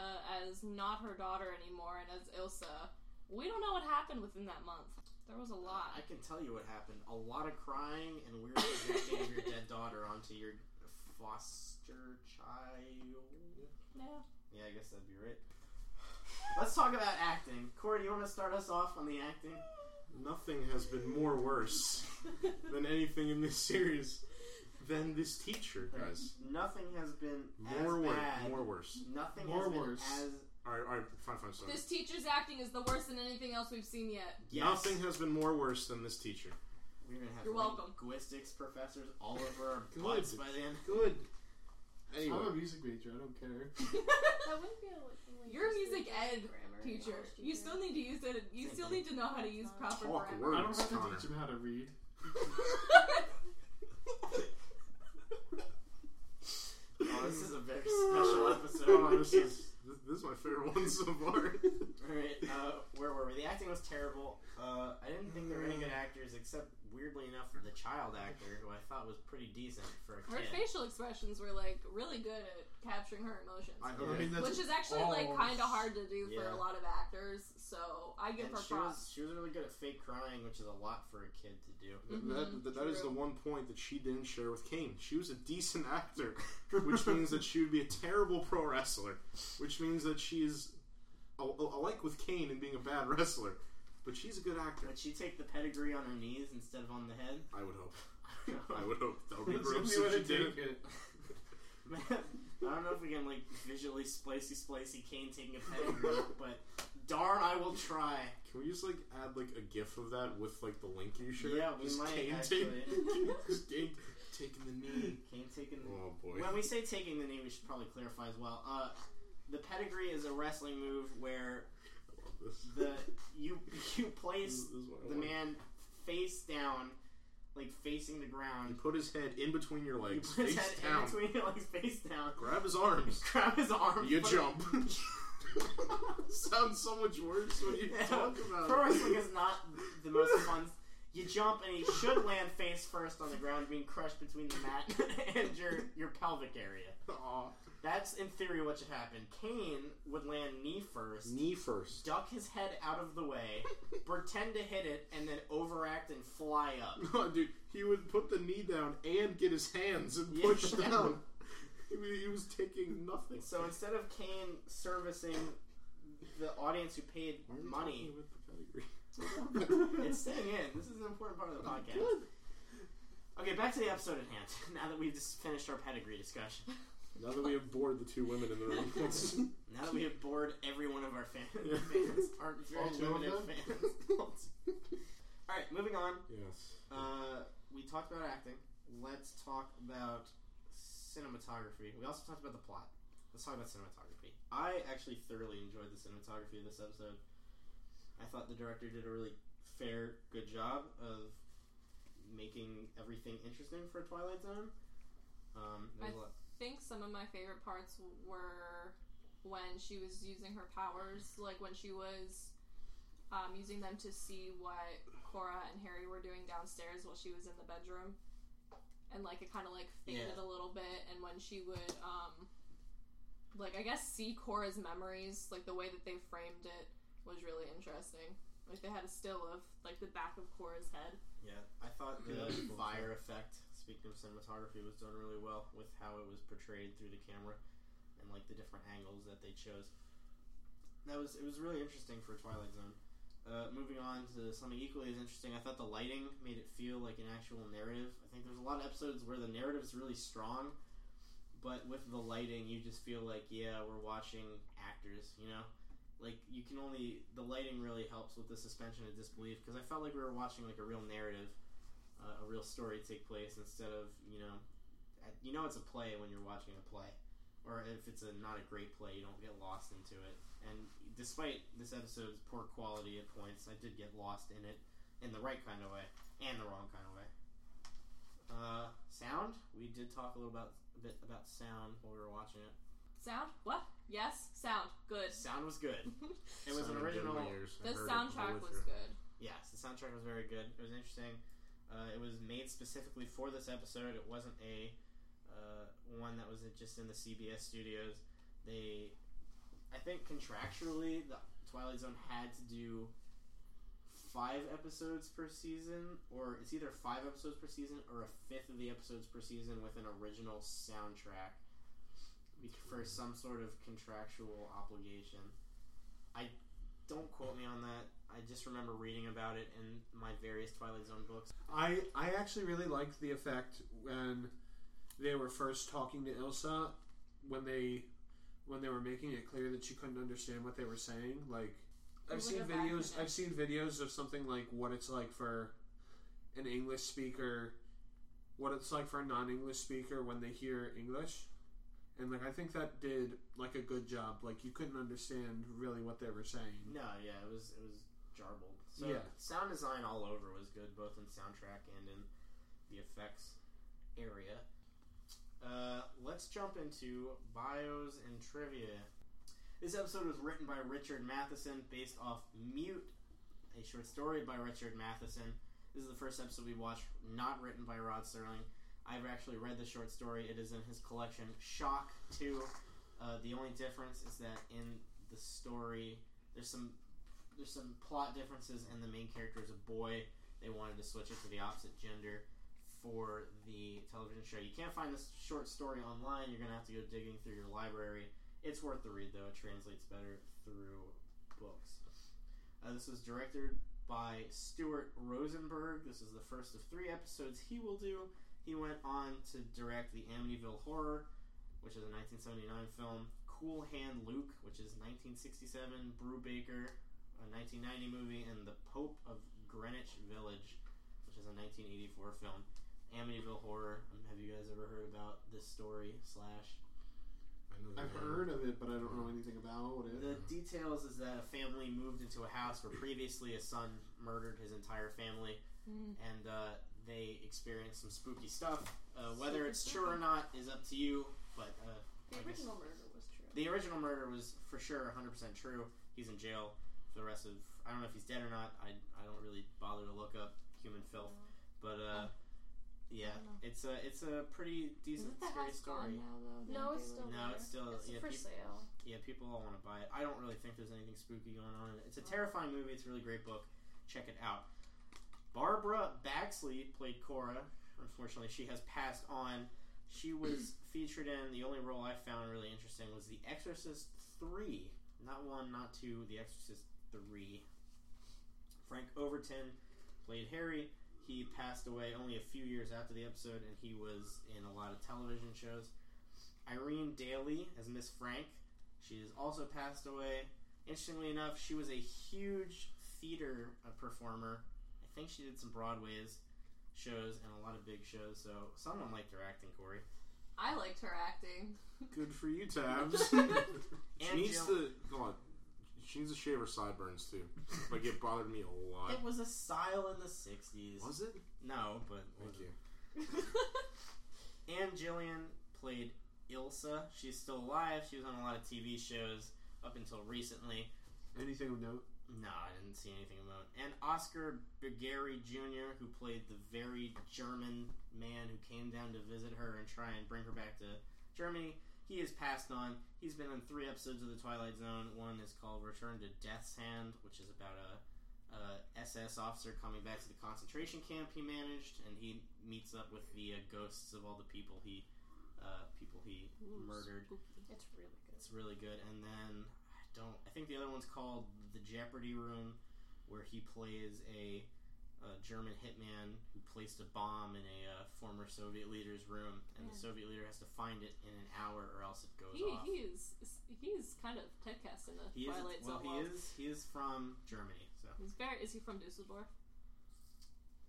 Speaker 8: as not her daughter anymore and as Ilsa. We don't know what happened within that month. There was a lot.
Speaker 1: I can tell you what happened. A lot of crying and weird projecting of your dead daughter onto your foster child.
Speaker 8: Yeah.
Speaker 1: Yeah, I guess that'd be right. Let's talk about acting. Corey, do you want to start us off on the acting?
Speaker 7: Nothing has been more worse than anything in this series than this teacher, guys.
Speaker 1: Nothing has been
Speaker 7: More
Speaker 1: as
Speaker 7: worse.
Speaker 1: bad.
Speaker 7: More worse.
Speaker 1: Nothing
Speaker 5: More
Speaker 1: has been
Speaker 5: worse.
Speaker 1: as
Speaker 7: All right, all right, fine, fine, sorry.
Speaker 8: This teacher's acting is the worst than anything else we've seen yet.
Speaker 1: yes.
Speaker 7: Nothing has been more worse than this teacher.
Speaker 1: We're gonna have
Speaker 8: You're welcome.
Speaker 1: linguistics professors all over our
Speaker 7: Good.
Speaker 1: butts by the end.
Speaker 7: Good. Anyway,
Speaker 5: I'm a music major. I don't care.
Speaker 6: That wouldn't be a li-
Speaker 8: You're a
Speaker 6: linguistic
Speaker 8: music ed
Speaker 6: grammar
Speaker 8: Teacher,
Speaker 6: knowledge
Speaker 8: you
Speaker 6: teacher.
Speaker 8: still need to use it. You
Speaker 1: Same
Speaker 8: still
Speaker 1: thing.
Speaker 8: need to know how to use proper
Speaker 7: Talk
Speaker 8: grammar.
Speaker 5: I
Speaker 7: words,
Speaker 5: don't have to
Speaker 7: Connor.
Speaker 5: teach him how to read.
Speaker 1: Oh,
Speaker 7: Oh, This is this is my favorite one so far.
Speaker 1: All right, uh, where were we? The acting was terrible. Uh, I didn't think there were any good actors, except weirdly enough, for the child actor, who I thought was pretty decent for a
Speaker 8: Her
Speaker 1: kid.
Speaker 8: facial expressions were like really good at capturing her emotions,
Speaker 7: I,
Speaker 5: I mean, that's
Speaker 8: which is actually like
Speaker 5: all-
Speaker 8: kind of hard to do for
Speaker 1: Yeah.
Speaker 8: a lot of actors. So I give
Speaker 1: And
Speaker 8: her
Speaker 1: she
Speaker 8: props.
Speaker 1: was she was really good at fake crying, which is a lot for a kid to do.
Speaker 7: That, that, that is the
Speaker 8: true.
Speaker 7: one point that she didn't share with Kane. She was a decent actor, which means that she would be a terrible pro wrestler, which means that she is a- a- alike with Kane in being a bad wrestler, but she's a good actor.
Speaker 1: Would she take the pedigree on her knees instead of on the head?
Speaker 7: I would hope.
Speaker 1: I don't know.
Speaker 7: I would hope. That would be
Speaker 5: That's the
Speaker 7: gross
Speaker 5: only way
Speaker 7: if
Speaker 5: to
Speaker 7: she did
Speaker 5: take
Speaker 7: it.
Speaker 5: it.
Speaker 1: Man, I don't know if we can like visually splicey splicey Kane taking a pedigree, but darn, I will try.
Speaker 7: Can we just like add like a gif of that with like the link you shared?
Speaker 1: Yeah, we
Speaker 7: just
Speaker 1: might,
Speaker 7: Kane
Speaker 1: actually.
Speaker 7: take- just Kane taking the knee.
Speaker 1: Kane taking the
Speaker 7: Oh boy.
Speaker 1: When we say taking the knee, we should probably clarify as well. Uh, the pedigree is a wrestling move where
Speaker 7: This-
Speaker 1: the you you
Speaker 7: this
Speaker 1: place
Speaker 7: is what I
Speaker 1: the
Speaker 7: want.
Speaker 1: man face down, like facing the
Speaker 7: You
Speaker 1: ground.
Speaker 7: put his head in between your
Speaker 1: You
Speaker 7: legs,
Speaker 1: put his
Speaker 7: face
Speaker 1: head
Speaker 7: down.
Speaker 1: in between your legs, face down.
Speaker 7: Grab his arms.
Speaker 1: Grab his arm.
Speaker 7: You
Speaker 1: put-
Speaker 7: jump. Sounds so much worse when you
Speaker 1: Yeah.
Speaker 7: talk about
Speaker 1: Pro
Speaker 7: it.
Speaker 1: wrestling is not the most fun. You jump and he should land face first on the ground, being crushed between the mat and your your pelvic area.
Speaker 7: Aw.
Speaker 1: That's in theory what should happen. Kane would land knee first.
Speaker 7: Knee first.
Speaker 1: duck his head out of the way, pretend to hit it, and then overact and fly up.
Speaker 7: No, dude, he would put the knee down and get his hands and
Speaker 1: Yeah.
Speaker 7: push down. He was- he was taking nothing.
Speaker 1: So instead of Kane servicing the audience who paid
Speaker 7: Why are we
Speaker 1: money,
Speaker 7: talking about the pedigree?
Speaker 1: it's staying in. This is an important part of the podcast.
Speaker 7: Good.
Speaker 1: Okay, back to the episode at hand. Now that we've just finished our pedigree discussion,
Speaker 7: Now that we have bored the two women in the room, let's-
Speaker 1: now that we have bored every one of our fan-
Speaker 7: Yeah.
Speaker 1: fans, our
Speaker 5: All two of
Speaker 1: derivative
Speaker 5: them?
Speaker 1: fans. All right, moving on.
Speaker 7: yes.
Speaker 1: Uh, we talked about acting. Let's talk about cinematography. We also talked about the plot. Let's talk about cinematography. I actually thoroughly enjoyed the cinematography of this episode. I thought the director did a really fair, good job of making everything interesting for Twilight Zone. Um, there's a lot.
Speaker 8: I think some of my favorite parts were when she was using her powers, like when she was um, using them to see what Cora and Harry were doing downstairs while she was in the bedroom. And like it kind of like faded
Speaker 1: Yeah.
Speaker 8: a little bit, and when she would, um, like I guess see Cora's memories, like the way that they framed it was really interesting. Like they had a still of like the back of Cora's head.
Speaker 1: Yeah, I thought the
Speaker 5: Yeah, that's cool.
Speaker 1: fire effect, speaking of cinematography, was done really well with how it was portrayed through the camera and like the different angles that they chose. That was it was really interesting for Twilight Zone. Uh, moving on to something equally as interesting, I thought the lighting made it feel like an actual narrative. I think there's a lot of episodes where the narrative's really strong, but with the lighting, you just feel like yeah, we're watching actors, you know like you can only the lighting really helps with the suspension of disbelief because I felt like we were watching like a real narrative, uh, a real story take place instead of you know, at- you know it's a play when you're watching a play, or if it's a not a great play you don't get lost into it. And despite this episode's poor quality at points, I did get lost in it in the right kind of way and the wrong kind of way. Uh, sound. We did talk a little about a bit about sound while we were watching it.
Speaker 8: Sound? What? Yes, sound. Good.
Speaker 1: Sound was good. It was an
Speaker 7: Sounded good in
Speaker 1: original.
Speaker 7: my ears. I
Speaker 8: The
Speaker 7: heard it all the way
Speaker 8: soundtrack was
Speaker 7: through.
Speaker 8: good.
Speaker 1: Yes, the soundtrack was very good. It was interesting. Uh, it was made specifically for this episode. It wasn't a uh, one that was just in the CBS studios. They, I think, contractually, the Twilight Zone had to do five episodes per season, or it's either five episodes per season or a fifth of the episodes per season with an original soundtrack for some sort of contractual obligation. I don't quote me on that. I just remember reading about it in my various Twilight Zone books.
Speaker 5: I I actually really liked the effect when they were first talking to Ilsa when they when they were making it clear that she couldn't understand what they were saying. Like I've
Speaker 8: was
Speaker 5: seen
Speaker 8: like a bad
Speaker 5: videos
Speaker 8: connection.
Speaker 5: I've seen videos of something like what it's like for an English speaker what it's like for a non English speaker when they hear English. And like I think that did like a good job. Like you couldn't understand really what they were saying.
Speaker 1: No, yeah, it was it was jarbled. So
Speaker 5: Yeah.
Speaker 1: sound design all over was good, both in soundtrack and in the effects area. Uh, let's let's jump into bios and trivia. This episode was written by Richard Matheson, based off Mute, a short story by Richard Matheson. This is the first episode we watched not written by Rod Serling. I've actually read the short story. It is in his collection, Shock 2. Uh, the only difference is that in the story, there's some there's some plot differences, and the main character is a boy. They wanted to switch it to the opposite gender for the television show. You can't find this short story online. You're gonna have to go digging through your library. It's worth the read though. It translates better through books. Uh, this was directed by Stuart Rosenberg. This is the first of three episodes he will do. He went on to direct the Amityville Horror, which is a 1979 film. Cool Hand Luke, which is 1967. Brew Baker, a 1990 movie, and The Pope of Greenwich Village, which is a 1984 film. Amityville Horror. Um, have you guys ever heard about this story? Slash.
Speaker 7: I know
Speaker 5: I've
Speaker 7: that.
Speaker 5: heard of it, but I don't know anything about it.
Speaker 1: The details is that a family moved into a house where previously a son murdered his entire family, and uh, they experienced some spooky stuff. Uh, whether it's true or not is up to you, but uh, I
Speaker 6: The
Speaker 1: guess-
Speaker 6: original murder was true.
Speaker 1: the original murder was for sure 100% true. He's in jail for the rest of. I don't know if he's dead or not. I, I don't really bother to look up human filth, but uh, yeah, it's a it's a pretty decent
Speaker 8: Isn't the
Speaker 1: scary
Speaker 8: house
Speaker 1: story.
Speaker 8: gone now though?
Speaker 6: No,
Speaker 8: Didn't
Speaker 6: it's
Speaker 8: they,
Speaker 6: still
Speaker 8: like-
Speaker 1: No, it's still
Speaker 6: It's
Speaker 1: uh, yeah,
Speaker 6: for
Speaker 1: peop-
Speaker 6: sale.
Speaker 1: yeah, people all want to buy it. I don't really think there's anything spooky going on. in it. It's a terrifying movie. It's a really great book. Check it out. Barbara Baxley played Cora. Unfortunately, she has passed on. She was featured in the only role I found really interesting was The Exorcist Three. Not one, not two. The Exorcist Three. Frank Overton played Harry. He passed away only a few years after the episode, and he was in a lot of television shows. Irene Daly as Miss Frank. She has also passed away. Interestingly enough, she was a huge theater uh, performer. I think she did some Broadway's shows and a lot of big shows. So someone liked her acting, Corey.
Speaker 8: I liked her acting.
Speaker 7: Good for you, Tabs. she
Speaker 1: And
Speaker 7: needs
Speaker 1: Jill-
Speaker 7: to. Hold on. She needs to shave her sideburns too. Like it bothered me a lot.
Speaker 1: It was a style in the '60s.
Speaker 7: Was it?
Speaker 1: No, but
Speaker 7: Thank you.
Speaker 1: And Jillian played Ilsa. She's still alive. She was on a lot of TV shows up until recently.
Speaker 5: Anything of note?
Speaker 1: No, I didn't see anything about. And Oscar Bergeri Jr., who played the very German man who came down to visit her and try and bring her back to Germany, he has passed on. He's been in three episodes of The Twilight Zone. One is called Return to Death's Hand, which is about a, a SS officer coming back to the concentration camp he managed, and he meets up with the uh, ghosts of all the people he uh, people he murdered.
Speaker 6: It's really good.
Speaker 1: It's really good. And then I don't. I think the other one's called The Jeopardy Room, where he plays a, a German hitman who placed a bomb in a uh, former Soviet leader's room, and the Soviet leader has to find it in an hour, or else it goes
Speaker 8: He
Speaker 1: off.
Speaker 8: he is he is kind of typecast in the
Speaker 1: He is
Speaker 8: Twilight
Speaker 1: well.
Speaker 8: Zone.
Speaker 1: He
Speaker 8: world.
Speaker 1: is. He is from Germany, so
Speaker 8: He's very. Is he from Dusseldorf?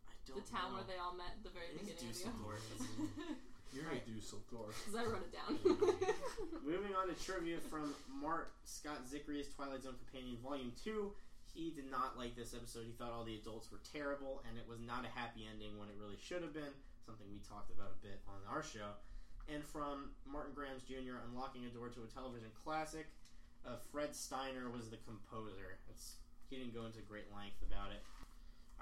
Speaker 1: I
Speaker 8: The
Speaker 1: don't.
Speaker 8: town
Speaker 1: know.
Speaker 8: where they all met at the very
Speaker 1: It is
Speaker 8: beginning of the
Speaker 1: Dusseldorf, isn't
Speaker 5: You're
Speaker 1: Right.
Speaker 5: a Dusseldorf.
Speaker 8: Because I wrote it down.
Speaker 1: Moving on to trivia from Mark Scott Zickery's Twilight Zone Companion Volume 2. He did not like this episode. He thought all the adults were terrible, and it was not a happy ending when it really should have been, something we talked about a bit on our show. And from Martin Grams Jr., Unlocking a Door to a Television Classic, uh, Fred Steiner was the composer. It's, he didn't go into great length about it.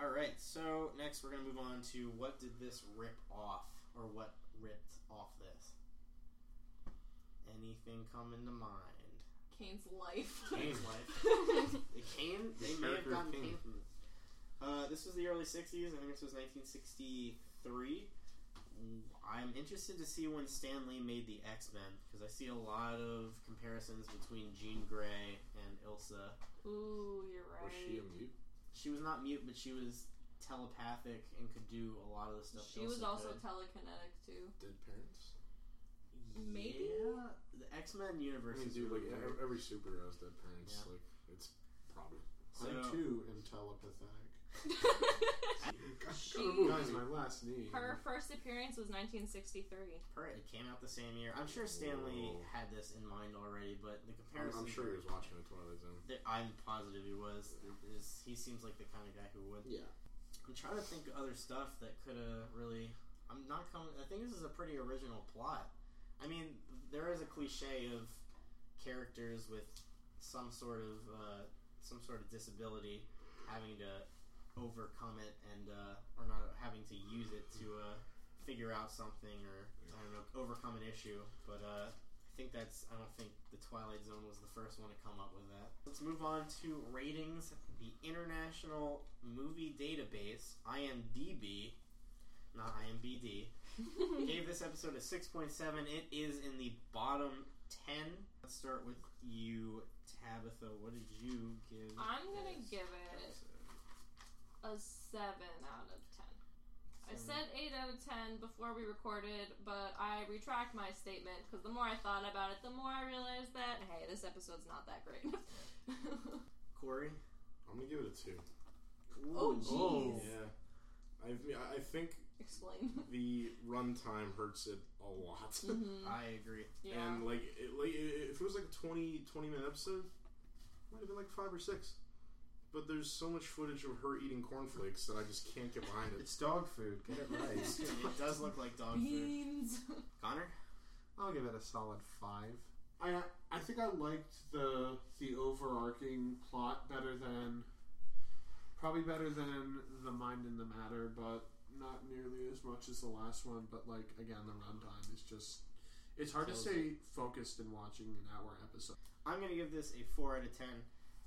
Speaker 1: All right, so next we're going to move on to what did this rip off, or what ripped off this? Anything come into mind?
Speaker 8: Kane's life.
Speaker 1: Kane's life. The Kane,
Speaker 7: The
Speaker 1: they may have
Speaker 7: character of
Speaker 1: gotten
Speaker 7: Kane.
Speaker 1: Kane from this. Uh, this was the early 60s. I think this was 1963. I'm interested to see when Stan Lee made the X Men because I see a lot of comparisons between Jean Grey and Ilsa.
Speaker 8: Ooh, you're right.
Speaker 7: Was she a mute?
Speaker 1: She was not mute, but she was telepathic and could do a lot of the stuff.
Speaker 8: She was
Speaker 1: Ilsa
Speaker 8: also
Speaker 1: could.
Speaker 8: telekinetic too.
Speaker 7: Dead parents?
Speaker 8: maybe?
Speaker 1: Yeah, the X Men
Speaker 7: I
Speaker 1: universe is
Speaker 7: mean, dude,
Speaker 1: really
Speaker 7: like e-
Speaker 1: weird.
Speaker 7: every superhero has dead parents.
Speaker 1: Yeah.
Speaker 7: Like it's probably.
Speaker 5: I
Speaker 1: So-
Speaker 5: too am telepathic.
Speaker 8: She-
Speaker 5: Guys, my last name.
Speaker 8: Her first appearance was 1963.
Speaker 1: Per- It came out the same year. I'm sure Stanley
Speaker 7: Whoa.
Speaker 1: had this in mind already, but the
Speaker 7: I'm,
Speaker 1: comparison.
Speaker 7: I'm sure he was watching the Twilight Zone.
Speaker 1: That I'm positive he was. Is, he seems like the kind of guy who would.
Speaker 5: Yeah.
Speaker 1: I'm trying to think of other stuff that could have really. I'm not coming. I think this is a pretty original plot. I I mean, there is a cliche of characters with some sort of uh, some sort of disability having to overcome it and uh, or not having to use it to uh, figure out something or I don't know overcome an issue. But uh, I think that's I don't think the Twilight Zone was the first one to come up with that. Let's move on to ratings. The International Movie Database (IMDb), not IMBD gave this episode a 6.7. It is in the bottom 10. Let's start with you, Tabitha. What did you give?
Speaker 8: I'm gonna
Speaker 1: this
Speaker 8: give it a seven out of ten. I
Speaker 1: Seven.
Speaker 8: said 8 out of 10 before we recorded, but I retract my statement because the more I thought about it, the more I realized that, hey, this episode's not that great.
Speaker 1: Corey?
Speaker 7: I'm gonna give it a two.
Speaker 8: Oh,
Speaker 1: Oh.
Speaker 8: jeez.
Speaker 7: Yeah, I I think
Speaker 8: Explain.
Speaker 7: the runtime hurts it a lot.
Speaker 8: Mhm.
Speaker 1: I agree.
Speaker 8: Yeah.
Speaker 7: And like, it, like i- if it was like a 20, 20 minute episode, it might have been like five or six. But there's so much footage of her eating cornflakes that I just can't get behind it.
Speaker 5: It's dog food. Get it right.
Speaker 1: it does look like dog food.
Speaker 8: Beans.
Speaker 1: Connor?
Speaker 5: I'll give it a solid five. I I think I liked the the overarching plot better than probably better than the mind and the matter, but not nearly as much as the last one. But like again, the runtime is just it's hard to
Speaker 1: Kills
Speaker 5: stay focused in watching an hour episode.
Speaker 1: I'm going to give this a 4 out of 10.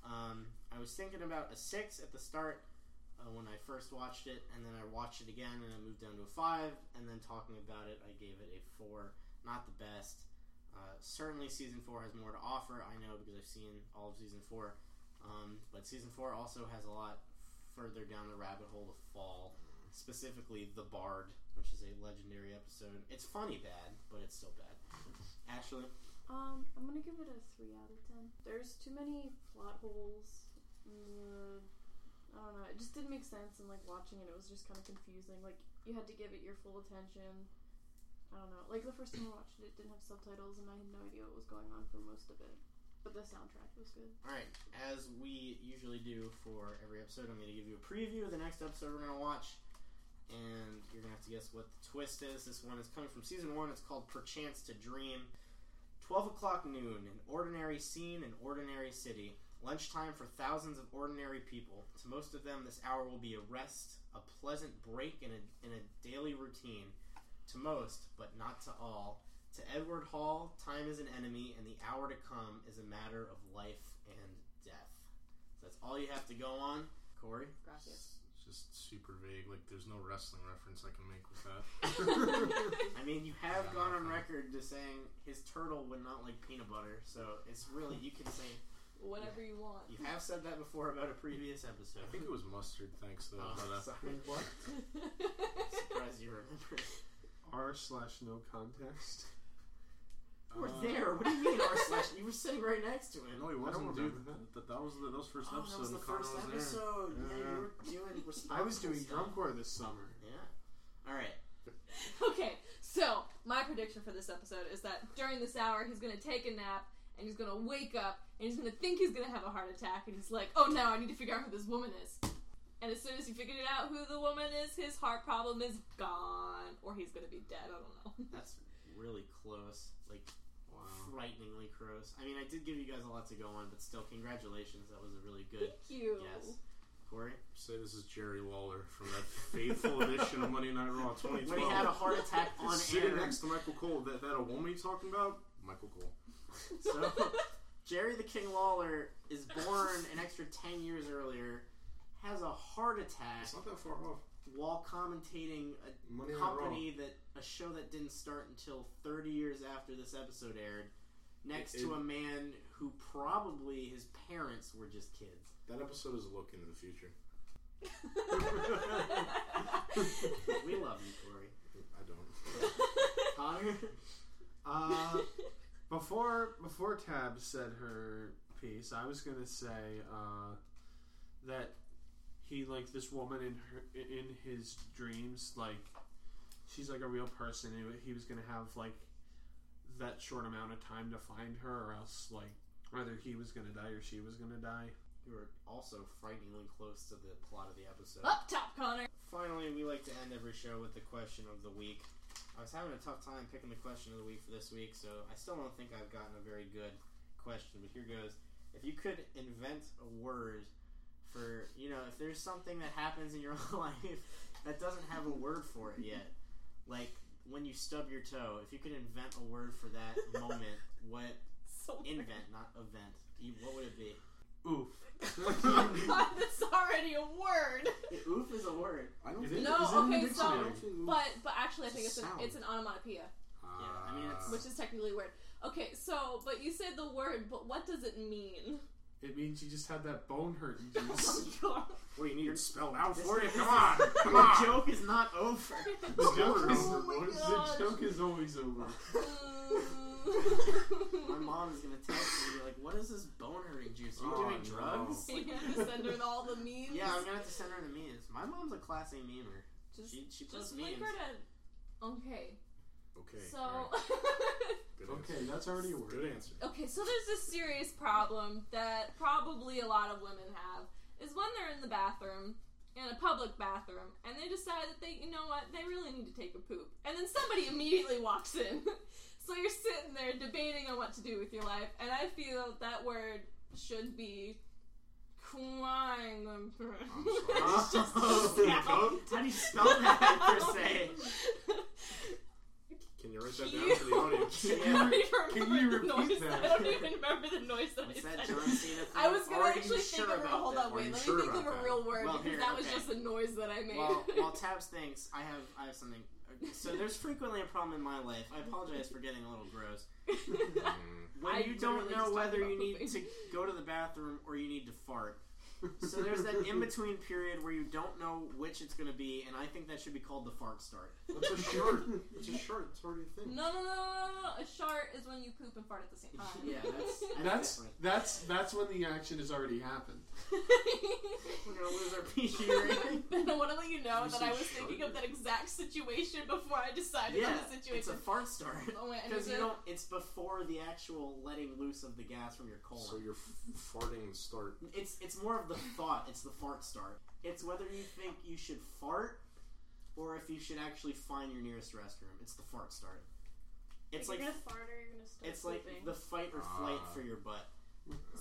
Speaker 1: Um, I was thinking about a 6 at the start uh, when I first watched it, and then I watched it again and I moved down to a 5, and then talking about it, I gave it a 4. Not the best. Uh, certainly, season 4 has more to offer, I know, because I've seen all of season 4. Um, but season 4 also has a lot further down the rabbit hole to fall, specifically The Bard, which is a legendary episode. It's funny bad, but it's still bad. Ashley?
Speaker 6: Um, I'm gonna give it a three out of ten. There's too many plot holes. Mm, I don't know. It just didn't make sense, and like watching it, it was just kind of confusing. Like you had to give it your full attention. I don't know. Like the first time I watched it, it didn't have subtitles, and I had no idea what was going on for most of it. But the soundtrack was good.
Speaker 1: All right, as we usually do for every episode, I'm going to give you a preview of the next episode we're going to watch, and you're going to have to guess what the twist is. This one is coming from season one. It's called Perchance to Dream. 12 o'clock noon, an ordinary scene, an ordinary city. Lunchtime for thousands of ordinary people. To most of them, this hour will be a rest, a pleasant break in a, in a daily routine. To most, but not to all, to Edward Hall, time is an enemy, and the hour to come is a matter of life and death. So that's all you have to go on, Corey.
Speaker 8: Gracias.
Speaker 7: It's just super vague. Like, there's no wrestling reference I can make with that.
Speaker 1: I mean, you have gone on record to saying his turtle would not like peanut butter, so it's really you can say
Speaker 8: Whatever you want.
Speaker 1: you have said that before about a previous episode.
Speaker 7: I think it was mustard. Thanks though.
Speaker 1: Oh,
Speaker 7: but, uh,
Speaker 1: sorry.
Speaker 5: What?
Speaker 1: Surprised you remember.
Speaker 5: R slash no context.
Speaker 1: You were
Speaker 7: uh,
Speaker 1: there. What do you mean, R slash? You were sitting right next to him.
Speaker 7: No, he wasn't.
Speaker 5: remember
Speaker 7: Dude,
Speaker 5: that.
Speaker 7: that. That, that was the that was first
Speaker 1: Oh, that
Speaker 7: episode.
Speaker 1: was the
Speaker 7: and Connor
Speaker 1: first
Speaker 7: was there.
Speaker 1: episode. Yeah,
Speaker 5: Yeah.
Speaker 1: you were doing.
Speaker 5: I was
Speaker 1: responsible
Speaker 5: doing drum
Speaker 1: stuff.
Speaker 5: corps this summer.
Speaker 1: Yeah. All right.
Speaker 8: Okay, so my prediction for this episode is that during this hour, he's gonna take a nap and he's gonna wake up and he's gonna think he's gonna have a heart attack and he's like, oh no, I need to figure out who this woman is. And as soon as he figured out who the woman is, his heart problem is gone or he's gonna be dead. I don't know.
Speaker 1: That's really close. Like
Speaker 7: Wow.
Speaker 1: frighteningly close. I mean, I did give you guys a lot to go on, but still, congratulations. That was a really good
Speaker 8: Thank you.
Speaker 1: guess. Corey?
Speaker 7: Say this is Jerry Lawler from that faithful edition of Monday Night Raw 2012.
Speaker 1: When he had a heart attack on
Speaker 7: Sitting
Speaker 1: air.
Speaker 7: next to Michael Cole. That that a woman you talking about? Michael Cole.
Speaker 1: So, Jerry the King Lawler is born an extra 10 years earlier, has a heart attack
Speaker 7: It's not that far off.
Speaker 1: while commentating a
Speaker 7: Money on
Speaker 1: company that, a show that didn't start until 30 years after this episode aired, next
Speaker 7: It-
Speaker 1: to a man who probably his parents were just kids.
Speaker 7: Raw. That episode is a look into the future.
Speaker 1: We love you, Corey.
Speaker 7: I don't.
Speaker 1: Connor?
Speaker 5: Uh, before before Tab said her piece, I was gonna say uh, that he like this woman in her in his dreams, like she's like a real person. And he was gonna have like that short amount of time to find her, or else like whether he was gonna die or she was gonna die.
Speaker 1: You were also frighteningly close to the plot of the episode.
Speaker 8: Up top, Connor.
Speaker 1: Finally, we like to end every show with the question of the week. I was having a tough time picking the question of the week for this week, so I still don't think I've gotten a very good question. But here goes: If you could invent a word for, you know, if there's something that happens in your life that doesn't have a word for it yet, like when you stub your toe, if you could invent a word for that moment, what
Speaker 8: So
Speaker 1: invent, not event? you- What would it be?
Speaker 5: Oof.
Speaker 8: God, that's already a word.
Speaker 1: Oof is a word.
Speaker 7: I don't
Speaker 5: Is
Speaker 7: think
Speaker 5: it-
Speaker 8: No,
Speaker 5: is it in the
Speaker 8: okay, so-
Speaker 5: dictionary?
Speaker 8: But but actually, I
Speaker 7: It's
Speaker 8: think
Speaker 7: a
Speaker 8: it's an,
Speaker 7: sound.
Speaker 8: it's an onomatopoeia,
Speaker 1: I mean, it's-
Speaker 7: Ah.
Speaker 8: which is technically a word. Okay, so but you said the word, but what does it mean?
Speaker 5: It means you just had that bone hurt you
Speaker 8: Oh
Speaker 5: just.
Speaker 8: my God.
Speaker 7: Well, you need it spelled out
Speaker 1: This-
Speaker 7: for you.
Speaker 1: this
Speaker 7: Come
Speaker 1: is-
Speaker 7: on, come
Speaker 1: The
Speaker 7: on.
Speaker 1: joke is not over.
Speaker 5: The joke is,
Speaker 8: Oh my gosh.
Speaker 5: the joke is always over.
Speaker 1: My mom is gonna text me and be like, "What is this bone hurting juice? Are you
Speaker 7: Oh,
Speaker 1: doing
Speaker 7: no.
Speaker 1: drugs?"
Speaker 8: you have to send her all the memes.
Speaker 1: Yeah, I'm gonna have to send her the memes. My mom's a class A memer.
Speaker 8: just
Speaker 1: She she posts
Speaker 8: just
Speaker 1: memes.
Speaker 8: link her to. Okay,
Speaker 7: Okay.
Speaker 8: so
Speaker 7: all right. Good
Speaker 5: Okay,
Speaker 7: answer.
Speaker 5: that's already a word.
Speaker 7: Good answer.
Speaker 8: okay, so there's a serious problem that probably a lot of women have is when they're in the bathroom. In a public bathroom, and they decide that they, you know what, they really need to take a poop. And then somebody immediately walks in. so you're sitting there debating on what to do with your life, and I feel that word should be crying. it's just
Speaker 1: Oh,
Speaker 8: a sound.
Speaker 1: How do you spell that per se?
Speaker 7: Can you write that down for the audience?
Speaker 1: Yeah.
Speaker 8: I don't even remember
Speaker 5: Can you
Speaker 8: the
Speaker 5: repeat
Speaker 8: noise.
Speaker 5: that?
Speaker 8: I don't even remember the noise that
Speaker 1: What's
Speaker 8: I
Speaker 1: that
Speaker 8: said.
Speaker 1: John Cena thing?
Speaker 8: I was gonna
Speaker 1: Are you
Speaker 8: actually
Speaker 1: sure
Speaker 8: think of it.
Speaker 1: about
Speaker 8: Hold
Speaker 1: that?
Speaker 8: on,
Speaker 7: Are you
Speaker 8: wait. Let
Speaker 7: sure
Speaker 8: me think of
Speaker 7: about
Speaker 8: a
Speaker 7: that?
Speaker 8: real word
Speaker 1: Well,
Speaker 8: because
Speaker 1: here,
Speaker 8: that was
Speaker 1: okay.
Speaker 8: just a noise that I made.
Speaker 1: While, while Tabs thinks, I have I have something. So there's frequently a problem in my life. I apologize for getting a little gross.
Speaker 7: Mm.
Speaker 1: When
Speaker 8: I
Speaker 1: you don't know
Speaker 8: literally just talked
Speaker 1: whether
Speaker 8: about
Speaker 1: you need to
Speaker 8: pooping.
Speaker 1: go to the bathroom or you need to fart. So there's that in between period where you don't know which it's going to be, and I think that should be called the fart start.
Speaker 7: That's a shirt. That's a shirt. It's already a
Speaker 8: no,
Speaker 7: thing.
Speaker 8: no, no, no, no, no. A shart is when you poop and fart at the same time.
Speaker 1: Yeah, that's
Speaker 5: That's
Speaker 1: definitely-
Speaker 5: that's that's when the action has already happened.
Speaker 1: we're going to lose our PG rating.
Speaker 8: Ben, I want to let you know
Speaker 7: You
Speaker 8: that
Speaker 7: say
Speaker 8: I was
Speaker 7: shart?
Speaker 8: thinking of that exact situation before I decided
Speaker 1: Yeah,
Speaker 8: on the
Speaker 1: it's a
Speaker 8: situation.
Speaker 1: fart start.
Speaker 8: oh, wait, I need
Speaker 1: Because you
Speaker 8: to-
Speaker 1: don't. It's before the actual letting loose of the gas from your colon.
Speaker 7: So you're f- farting start.
Speaker 1: It's it's more of the thought. It's the fart start. It's whether you think you should fart, or if you should actually find your nearest restroom. It's the fart start. It's like
Speaker 6: you're gonna fart or you're gonna start
Speaker 1: it's like
Speaker 6: pooping.
Speaker 1: the fight or flight
Speaker 7: Ah.
Speaker 1: for your butt.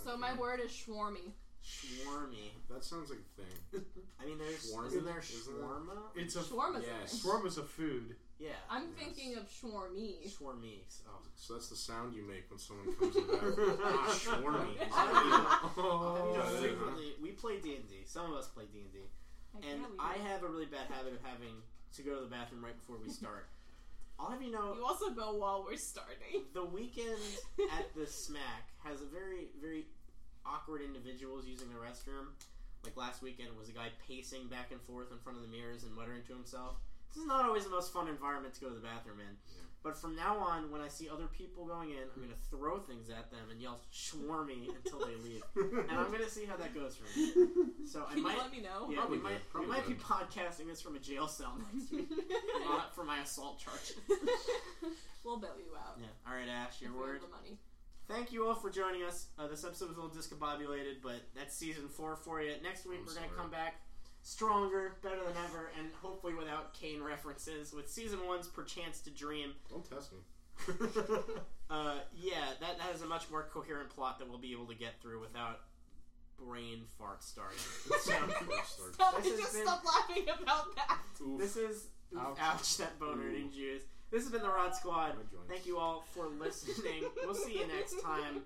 Speaker 8: So my word is schwarmy.
Speaker 1: Schwarmy.
Speaker 7: That sounds like a thing.
Speaker 1: I mean, there's
Speaker 7: Schwarmy?
Speaker 1: isn't there
Speaker 7: Isn't it?
Speaker 1: shawarma?
Speaker 5: It's a
Speaker 8: Shawarma's a
Speaker 7: yes.
Speaker 8: thing.
Speaker 5: shawarma's a food.
Speaker 1: Yeah,
Speaker 8: I'm
Speaker 7: Yes.
Speaker 8: thinking of shawarmy.
Speaker 1: schwarmy. Oh.
Speaker 7: So that's the sound you make when someone comes in the bathroom. Ah, Schwarmy.
Speaker 1: I'll
Speaker 5: Oh,
Speaker 8: Oh.
Speaker 1: have Oh, you know,
Speaker 7: yeah.
Speaker 1: frequently we play D and D. Some of us play D and D.
Speaker 8: Like,
Speaker 1: And
Speaker 8: yeah, we
Speaker 1: I
Speaker 8: do.
Speaker 1: have a really bad habit of having to go to the bathroom right before we start. I'll have you know,
Speaker 8: You also go while we're starting.
Speaker 1: the weekend at the smack has a very, very awkward individuals using the restroom. Like last weekend was a guy pacing back and forth in front of the mirrors and muttering to himself. This is not always the most fun environment to go to the bathroom in.
Speaker 7: Yeah.
Speaker 1: But from now on, when I see other people going in, I'm going to throw things at them and yell "schwarmy" until they leave. And I'm going to see how that goes for me. So I
Speaker 8: Can
Speaker 1: might
Speaker 8: you let me know?
Speaker 1: yeah,
Speaker 7: Probably
Speaker 1: we might,
Speaker 7: good,
Speaker 1: we might be
Speaker 7: probably
Speaker 1: podcasting this from a jail cell next week. not for my assault charges.
Speaker 8: we'll bail you out.
Speaker 1: Yeah. All right, Ash,
Speaker 8: if
Speaker 1: your
Speaker 8: we have
Speaker 1: word.
Speaker 8: The money.
Speaker 1: Thank you all for joining us. Uh, this episode was a little discombobulated, but that's season four for you. Next week,
Speaker 7: I'm
Speaker 1: we're going to
Speaker 7: sorry.
Speaker 1: come back stronger, better than ever, and hopefully without Kane references, with season one's Perchance to Dream.
Speaker 7: Don't test me.
Speaker 1: Uh, yeah, that, that is a much more coherent plot that we'll be able to get through without brain fart starting.
Speaker 7: Fart start.
Speaker 8: Stop,
Speaker 1: This has
Speaker 8: just
Speaker 1: been-
Speaker 8: stop laughing about that.
Speaker 7: Oof.
Speaker 1: This is ouch,
Speaker 5: Ouch.
Speaker 1: that bone
Speaker 7: Ooh.
Speaker 1: hurting juice. This has been the Rod Squad.
Speaker 7: My joints.
Speaker 1: Thank you all for listening. we'll see you next time.